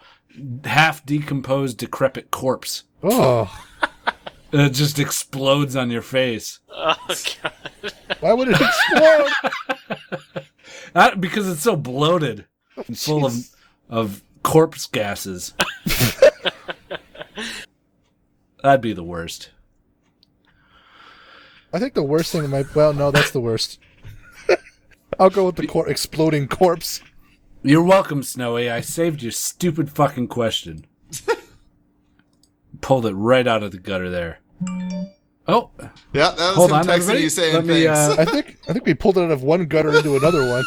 S1: half decomposed, decrepit corpse
S2: Oh,
S1: that just explodes on your face.
S3: Oh god.
S2: why would it explode?
S1: That, because it's so bloated and full of, of corpse
S3: (laughs)
S1: gases. That'd be the worst.
S2: I think the worst thing that might. Well, no, that's the worst. I'll go with the cor- exploding corpse.
S1: You're welcome, Snowy. I saved your stupid fucking question. Pulled it right out of the gutter there. Oh,
S5: Yeah, that was
S1: Hold
S5: him
S1: on,
S5: texting
S1: everybody.
S5: you saying
S1: Let me,
S5: thanks.
S1: uh,
S2: I think I think we pulled it out of one gutter into another one.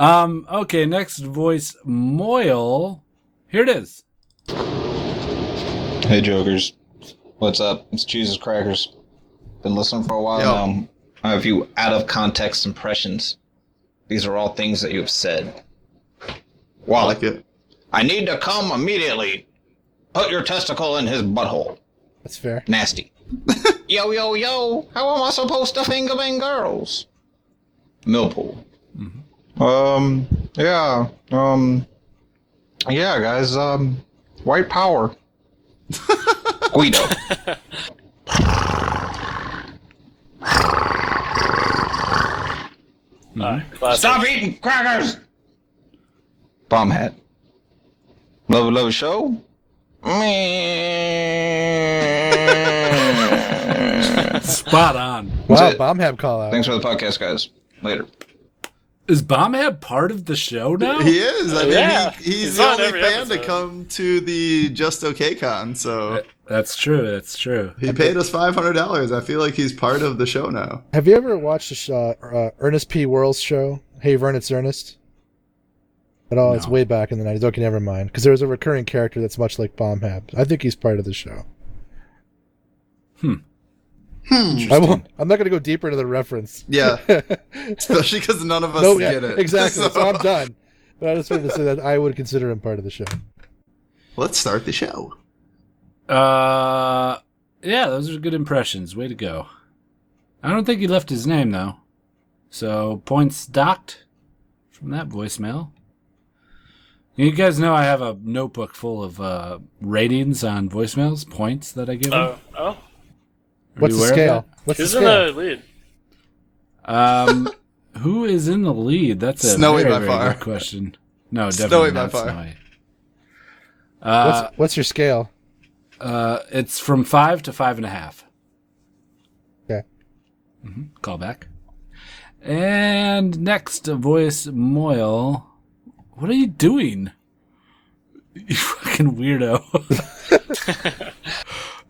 S1: um, okay, next voice, Moyle. Here it is.
S10: Hey, Jokers. What's up? It's Jesus Crackers. Been listening for a while
S5: Yo.
S10: now. I have a few out of context impressions. These are all things that you have said.
S5: (laughs) I
S10: Wallach,
S5: like it.
S10: I need to come immediately. Put your testicle in his butthole.
S2: That's fair.
S10: Nasty. (laughs) yo, yo, yo. How am I supposed to finger bang girls? Millpool. Um, yeah. Um, yeah, guys. Um, white power. (laughs) Guido.
S3: Classic.
S10: eating crackers! Bomb hat. Love, love show? (laughs) Meh.
S1: Spot on.
S2: Wow,
S10: it.
S2: Bombham call out.
S10: Thanks for the podcast, guys. Later.
S1: Is Bombhab part of the show now?
S5: He is. I mean,
S3: yeah.
S5: he, he's,
S3: He's
S5: the
S3: on
S5: only
S3: every
S5: fan
S3: episode.
S5: to come to the Just Okay Con, so
S1: That's true. That's true.
S5: he paid us five hundred dollars. I feel like he's part of the show now.
S2: Have you ever watched the sh- uh, uh, Ernest P. Worrell's show? Hey, Vern, it's Ernest. At all, it's way back in the nineties. Okay, never mind. Because there was a recurring character that's much like Bombhab. I think he's part of the show. Hmm. I won't, I'm not going to go deeper into the reference. (laughs)
S5: Yeah, (laughs) especially because none of us
S2: no, yeah,
S5: get it.
S2: exactly.
S5: (laughs) So,
S2: So I'm done. But I just wanted to say that I would consider him part of the show.
S5: let's start the show.
S1: Uh, yeah, those are good impressions. Way to go. I don't think he left his name though, so points docked from that voicemail. You guys know I have a notebook full of uh, ratings on voicemails, points that I give.
S5: Uh,
S1: them.
S3: Oh, oh.
S1: Are
S2: What's
S1: you
S2: the
S1: aware of
S2: scale? What's
S3: Who's
S2: the
S3: in
S2: scale?
S3: the lead?
S1: that?
S5: (laughs)
S1: Um, who is in the lead? That's a
S5: Snowy
S1: very,
S5: by
S1: very
S5: far.
S1: good question. No, definitely
S5: Snowy by
S1: not
S5: far.
S1: Snowy. Uh,
S2: what's, what's your scale?
S1: Uh, it's from five to five and a half.
S2: Okay.
S1: hmm Call back. And next voice, Moyle. What are you doing? (laughs) You fucking weirdo. (laughs)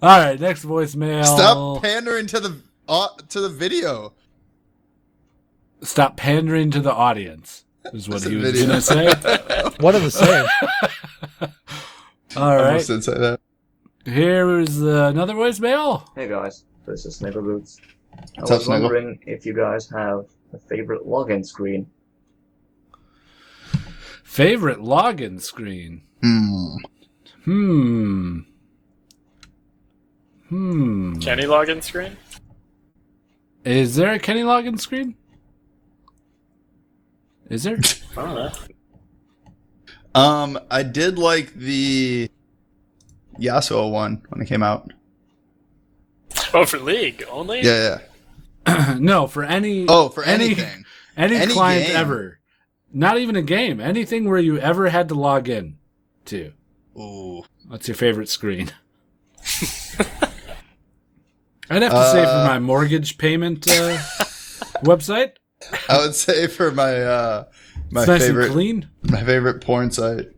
S1: All right, next voicemail.
S5: Stop pandering to the uh, to the video.
S1: Stop pandering to the audience. Is what
S5: That's a
S1: he was
S5: video.
S1: gonna
S5: (laughs)
S1: say.
S2: One of the same.
S1: All
S5: I
S1: right,
S5: almost did say that.
S1: here's another voicemail.
S11: Hey guys, this is Snigger Boots. I
S5: What's up,
S11: was
S5: Sniggle?
S11: wondering if you guys have a favorite login screen.
S1: Favorite login screen.
S5: Mm.
S1: Hmm. Hmm.
S3: Kenny login screen?
S1: Is there a Kenny Loggins screen? Is
S5: (laughs)
S1: there? (laughs)
S3: I don't know.
S5: Um, I did like the Yasuo one when it came out.
S3: Oh, for league only?
S5: Yeah, yeah.
S1: no, for any.
S5: Oh, for
S1: any-
S5: anything.
S1: (laughs) Any,
S5: Any
S1: client
S5: game.
S1: ever. Not even a game. Anything where you ever had to log in to.
S5: Ooh.
S1: What's your favorite screen? (laughs) I'd have to say for
S5: Uh,
S1: my mortgage payment
S5: (laughs)
S1: uh, website.
S5: I would say for my uh my
S1: it's nice and
S5: favorite
S1: clean.
S5: my favorite porn site. (laughs)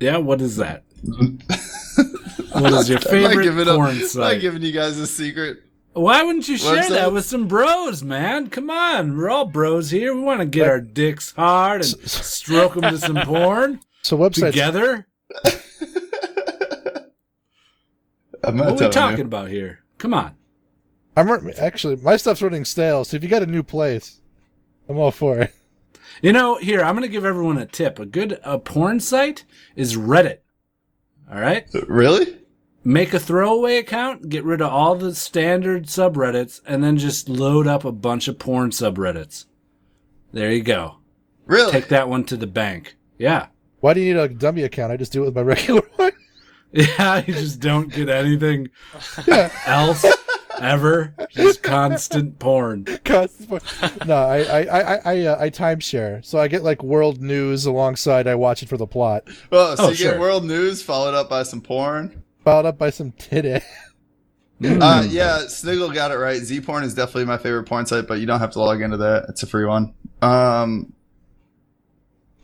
S1: Yeah, what is that? What
S5: (laughs)
S1: is your
S5: I'm not
S1: favorite
S5: giving up-
S1: porn
S5: I'm not
S1: site?
S5: giving you guys a secret.
S1: Why wouldn't you share
S5: Website?
S1: that with some bros, man? Come on, we're all bros here. We want to get our dicks hard and stroke them to some porn (laughs)
S2: So websites
S1: together.
S5: I'm
S1: what
S2: not
S1: are we
S2: telling
S1: talking
S2: you.
S1: about here? Come on.
S2: I'm run- actually my stuff's running stale. So if you got a new place, I'm all for it.
S1: You know, here I'm going to give everyone a tip. A good a porn site is Reddit. All right.
S5: Really?
S1: Make a throwaway account, get rid of all the standard subreddits, and then just load up a bunch of porn subreddits. There you go.
S5: Really?
S1: Take that one to the bank. Yeah.
S2: Why do you need a dummy account? I just do it with my (laughs) regular one.
S1: Yeah, you just don't get anything else ever. Just constant porn.
S2: Constant
S3: (laughs)
S2: no, I I I I, I, uh, I timeshare, so I get like world news alongside. I watch it for the plot,
S5: Well, so
S2: Oh,
S5: you
S2: sure.
S5: get world news followed up by some porn.
S2: followed up by some titty.
S1: Mm.
S5: Uh, yeah, Sniggle got it right. Z porn is definitely my favorite porn site, but you don't have to log into that. It's a free one. Um,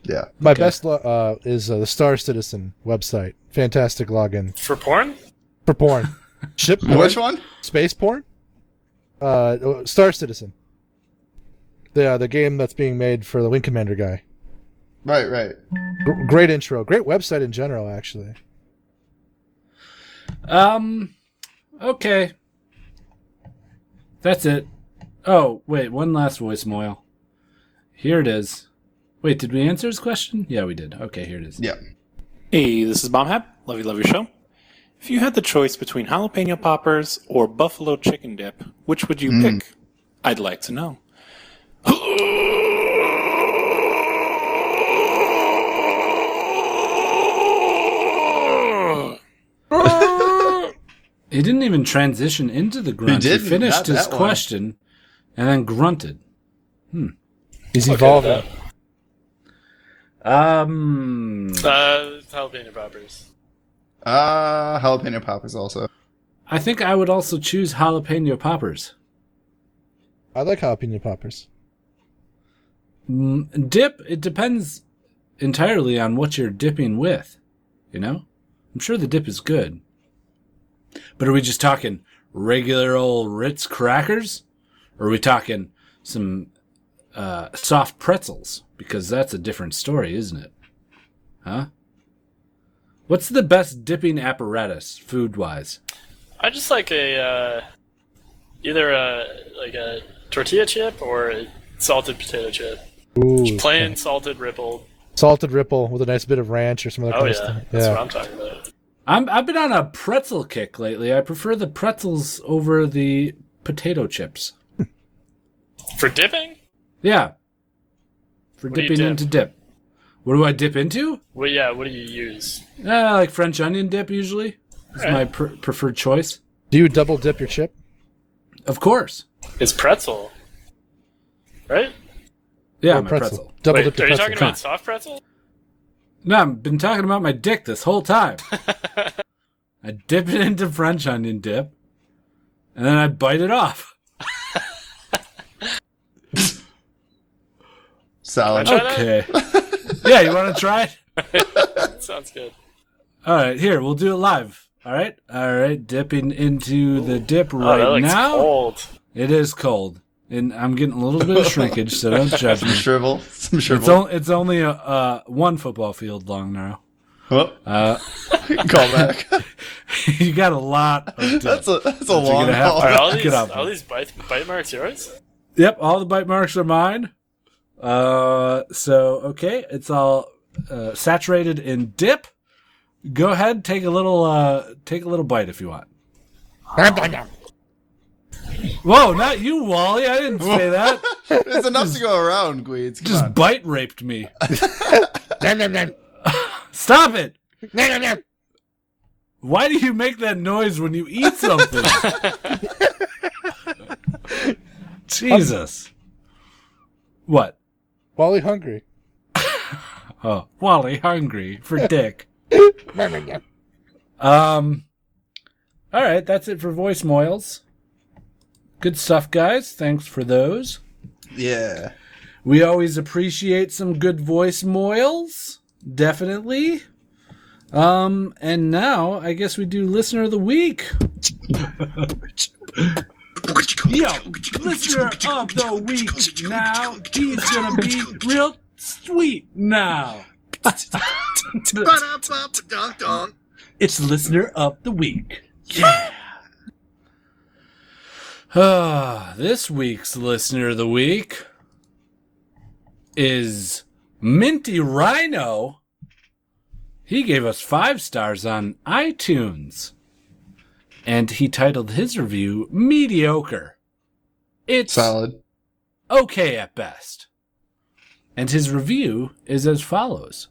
S5: yeah.
S2: My best lo- uh, is uh, the Star Citizen website. Fantastic login
S3: For porn?
S2: for
S3: (laughs)
S2: porn. Ship porn.
S3: Which one?
S2: Space porn. Uh, oh, Star Citizen. The uh, the game that's being made for the Wing Commander guy.
S5: Right, right.
S2: Gr- great intro. Great website in general, actually.
S1: Um, okay. That's it. Oh, wait, one last voicemail. Here it is. Wait, did we answer his question? Yeah, we did. Okay, here it is.
S5: Yeah.
S12: Hey, this is Bomb Hap. Love you, love your show. If you had the choice between jalapeno poppers or buffalo chicken dip, which would you
S5: Mm.
S12: pick? I'd like to know.
S1: He didn't even transition into the grunt. He,
S5: didn't,
S1: finished
S5: not
S1: his
S5: that one.
S1: question and then grunted. Hmm.
S2: He's
S3: evolving.
S1: Um,
S3: Uh, jalapeno poppers.
S5: Uh, jalapeno poppers also.
S1: I think I would also choose jalapeno poppers.
S2: I like jalapeno poppers.
S1: Mm, dip, it depends entirely on what you're dipping with, you know? I'm sure the dip is good. But are we just talking regular old Ritz crackers? Or are we talking some uh, soft pretzels? Because that's a different story, isn't it? Huh? What's the best dipping apparatus food wise?
S3: I just like a uh, either a like a tortilla chip or a salted potato chip.
S2: Ooh,
S3: Just plain salted rippled.
S2: salted ripple with a nice bit of ranch or some other
S3: Oh
S2: kind
S3: yeah,
S2: of stuff.
S3: that's
S2: yeah.
S3: what I'm talking about.
S1: I'm, I've been on a pretzel kick lately. I prefer the pretzels over the potato chips.
S3: For dipping?
S1: Yeah. For
S3: What do you
S1: dipping
S3: dip?
S1: into dip. What do I dip into?
S3: Well, yeah. What do you use?
S1: Uh, I like French onion dip usually. It's
S3: Alright.
S1: my pr- preferred choice.
S2: Do you double dip your chip?
S1: Of course.
S3: It's pretzel, right?
S1: Yeah,
S2: Or
S1: my
S2: pretzel.
S1: pretzel.
S2: Double
S3: Wait,
S2: dip the
S3: are you
S2: pretzel.
S3: talking about soft pretzel?
S1: No, I've been talking about my dick this whole
S3: (laughs)
S1: time. I dip it into French onion dip, and then I bite it off. Oh,
S5: Solid.
S3: Wanna try
S1: Okay. yeah, you want to try it?
S3: Sounds good.
S1: All right, here we'll do it live. All right, all right, dipping into the dip
S3: Oh,
S1: right
S3: that looks
S1: now. (laughs)
S3: cold.
S1: It is cold, and I'm getting a little bit
S3: (laughs)
S1: of shrinkage, so don't judge (laughs)
S5: some
S1: me.
S5: shrivel. Some
S1: It's,
S5: shrivel.
S1: on, it's only a, uh, one football field long now. (laughs)
S5: Oh.
S1: Uh,
S5: (laughs) Call
S1: (laughs)
S5: back. (laughs)
S1: you got a lot. Of dip.
S5: That's a- that's a
S1: you're
S5: long
S1: gonna have
S5: haul.
S1: to
S3: Are all
S1: get
S3: these,
S1: up.
S3: all these bite, bite marks yours?
S1: Yep, all the bite marks are mine. Uh, so okay, it's all uh, saturated in dip. Go ahead, take a little, uh, take a little bite if you want. Whoa, not you, Wally! I didn't say
S5: (laughs)
S1: that.
S5: It's enough to go around, Gweeds. Come
S1: Just
S5: on.
S1: bite raped me. (laughs) Stop it! Why do you make that noise when you eat something?
S5: (laughs)
S1: Jesus. What?
S2: Wally hungry.
S1: Oh, Wally hungry for dick. Um, all right, that's it for voicemails. Good stuff, guys. Thanks for those.
S5: Yeah.
S1: We always appreciate some good voicemails, definitely. Um, and now I guess we do listener of the week. Yo, listener of the week now. He's gonna be real sweet now. it's listener of the week. Yeah. (sighs) Ah, this week's listener of the week is Minty Rhino. He gave us five stars on iTunes. And he titled his review Mediocre. It's
S5: solid.
S1: Okay at best. And his review is as follows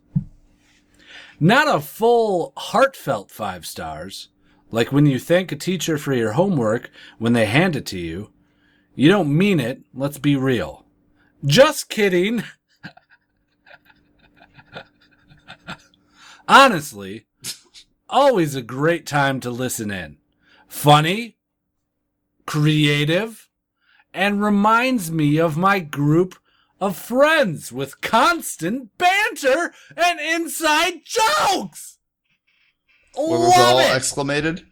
S1: Not a full heartfelt five stars, like when you thank a teacher for your homework when they hand it to you. You don't mean it, let's be real. Just kidding. (laughs) Honestly, always a great time to listen in. Funny, creative, and reminds me of my group of friends with constant banter and inside jokes.
S5: What was all
S1: Love it.
S5: exclamated?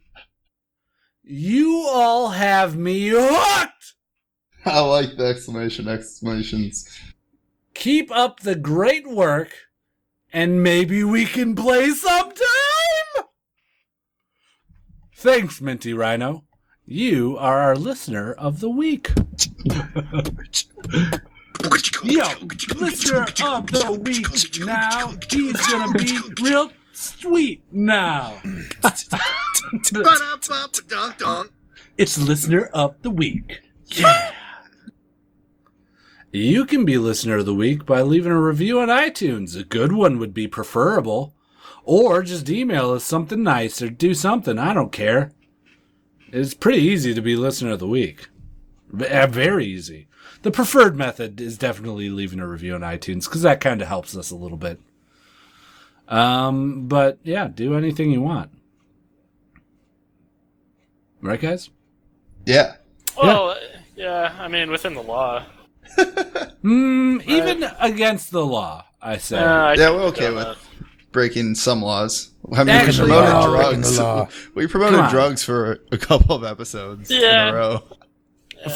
S1: You all have me hooked.
S5: I like the exclamation exclamations.
S1: Keep up the great work, and maybe we can play sometime. Thanks, Minty Rhino. You are our listener of the week. Yo, listener of the week now. He's gonna be real sweet now. It's listener of the week. Yeah. You can be listener of the week by leaving a review on iTunes. A good one would be preferable. Or just email us something nice or do something. I don't care. It's pretty easy to be listener of the week. V- uh, Very easy. The preferred method is definitely leaving a review on iTunes because that kind of helps us a little bit. Um, but yeah, do anything you want. Right, guys?
S5: Yeah.
S3: Well, yeah. I mean, within the law.
S1: Mm, even against the law, I
S3: Uh,
S1: say.
S5: yeah, we're okay with breaking some laws. I mean,
S1: Actually,
S5: we promoted
S1: no. Breaking
S5: drugs.
S1: the law.
S5: (laughs) We promoted
S1: Come on.
S5: drugs for a couple of episodes in
S1: Yeah.
S5: a row.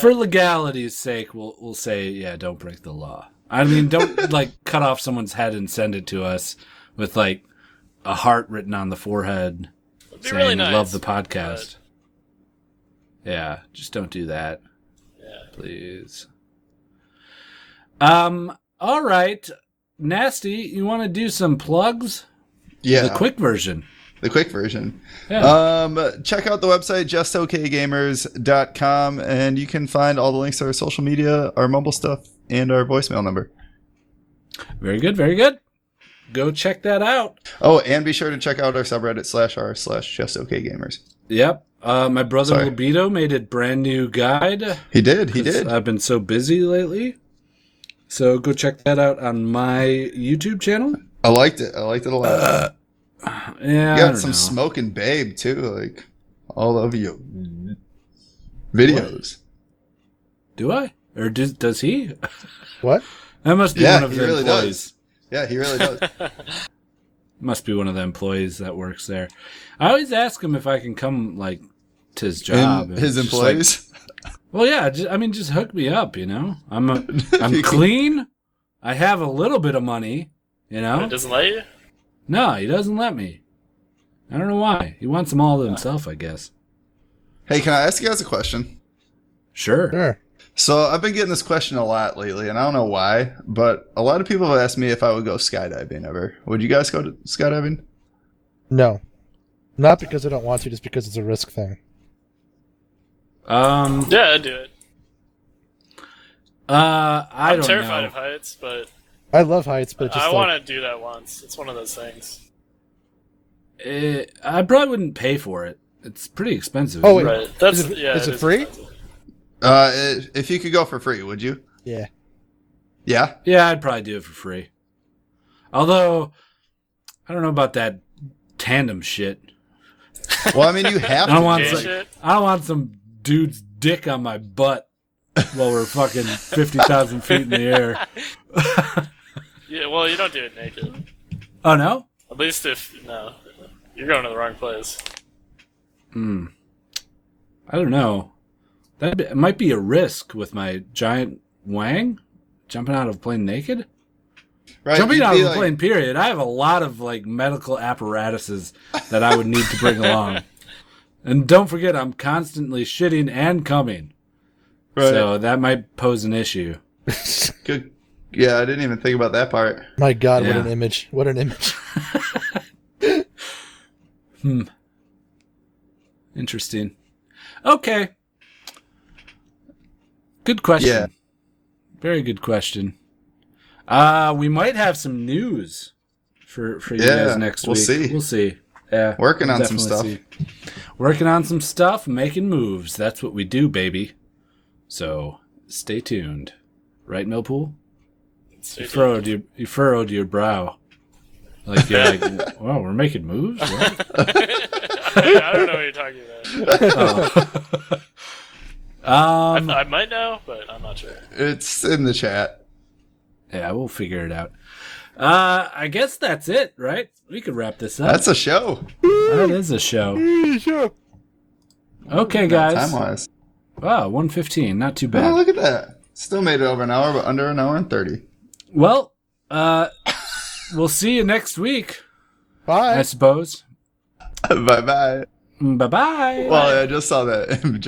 S1: For legality's sake, we'll we'll say yeah, don't break the law. I mean,
S3: (laughs)
S1: don't like cut off someone's head and send it to us with like a heart written on the forehead
S3: be
S1: saying
S3: really nice,
S1: love the podcast. Yeah, just don't do that. Please. Um all right, Nasty, you want to do some plugs?
S5: Yeah.
S1: The quick version.
S5: The quick version.
S1: Yeah.
S5: Um, check out the website, justokgamers.com, and you can find all the links to our social media, our mumble stuff, and our voicemail number.
S1: Very good, very good. Go check that out.
S5: Oh, and be sure to check out our subreddit slash r slash justokgamers.
S1: Yep. Uh, my brother
S5: Sorry.
S1: Libido made a brand new guide.
S5: He did. He
S1: 'cause
S5: did.
S1: I've been so busy lately. So go check that out on my YouTube channel.
S5: I liked it. I liked it a lot.
S1: yeah, Uh, I
S5: you got
S1: don't
S5: some
S1: know.
S5: smoking babe too, like all of you videos.
S1: Do I? Or does, does he? (laughs)
S2: What?
S1: That must be
S5: Yeah,
S1: one of
S5: he
S1: the
S5: really
S1: employees.
S5: does. Yeah, he really does.
S1: Must be one of the employees that works there. I always ask him if I can come, like, to his (laughs) job.
S5: And his
S1: It's just like-
S5: employees.
S1: well, yeah. ju- I mean, just hook me up. You know, I'm
S5: (laughs)
S1: a,
S5: You
S1: I'm
S5: can-
S1: clean. I have a little bit of money. You know,
S3: It doesn't let you.
S1: No, he doesn't let me. I don't know why. He wants them all to himself, I guess.
S5: Hey, can I ask you guys a question?
S1: Sure.
S2: Sure.
S5: So I've been getting this question a lot lately, and I don't know why, but a lot of people have asked me if I would go skydiving ever. Would you guys go to skydiving?
S2: No. Not because I don't want to, just because it's a risk thing.
S1: Um.
S3: Yeah, I'd do it.
S1: Uh, I
S3: I'm
S1: don't
S3: terrified
S1: know.
S3: of heights, but
S2: I love heights, but it's just
S3: I
S2: like,
S3: want to do that once. It's one of those things.
S1: Eh, I probably wouldn't pay for it. It's pretty expensive.
S2: Oh,
S1: isn't
S2: wait.
S1: it?
S3: That's- Is it- yeah,
S2: is it free?
S5: Uh, i- if you could go for free, would you?
S2: Yeah.
S5: Yeah.
S1: Yeah, I'd probably do it for free. Although, I don't know about that tandem shit.
S5: Well, I mean,
S1: (laughs)
S5: you have
S1: I don't
S5: to.
S1: want
S5: Yeah.
S1: some, I don't want some dude's dick on my butt while we're fucking fifty thousand feet in the air.
S3: Yeah, well, you don't do it naked.
S1: Oh no.
S3: At least if no, You're going to the wrong place.
S1: Hmm. I don't know. That it might be a risk with my giant wang jumping out of a plane naked.
S5: Right,
S1: jumping
S5: you'd
S1: out
S5: be
S1: of a
S5: like-
S1: plane. Period. I have a lot of like medical apparatuses that I would need to
S5: (laughs)
S1: bring along. And don't forget, I'm constantly shitting and coming.
S5: Right.
S1: So that might pose an issue.
S5: Good. Yeah, I didn't even think about that part.
S2: My God,
S1: Yeah.
S2: what an image! What an image!
S1: Hmm. Interesting. Okay. Good question.
S5: Yeah.
S1: Very good question. Uh we might have some news for for you
S5: Yeah,
S1: guys next
S5: we'll
S1: week.
S5: see.
S1: We'll see. Yeah.
S5: Working
S1: we'll
S5: on some
S1: definitely see. Working on some stuff, making moves. That's what we do, baby. So stay tuned. Right, Millpool? You furrowed your you furrowed your brow. Like you're like, wow, we're making moves? What?
S3: (laughs) I don't know what you're talking about. I,
S1: um,
S3: I might know, but I'm not sure.
S5: It's in the chat.
S1: yeah, we'll figure it out. Uh, I guess that's it, right? We could wrap this up.
S5: That's a show.
S1: That is a show. Okay, guys.
S5: Time wise.
S1: Wow, one fifteen. Not too
S5: Oh,
S1: bad.
S5: look at that. Still made it over an hour, but under an hour and (laughs) 30.
S1: Well, uh, we'll see you next week.
S2: Bye.
S1: I suppose.
S5: bye bye.
S1: Bye bye.
S5: Well, I just saw that (laughs) image.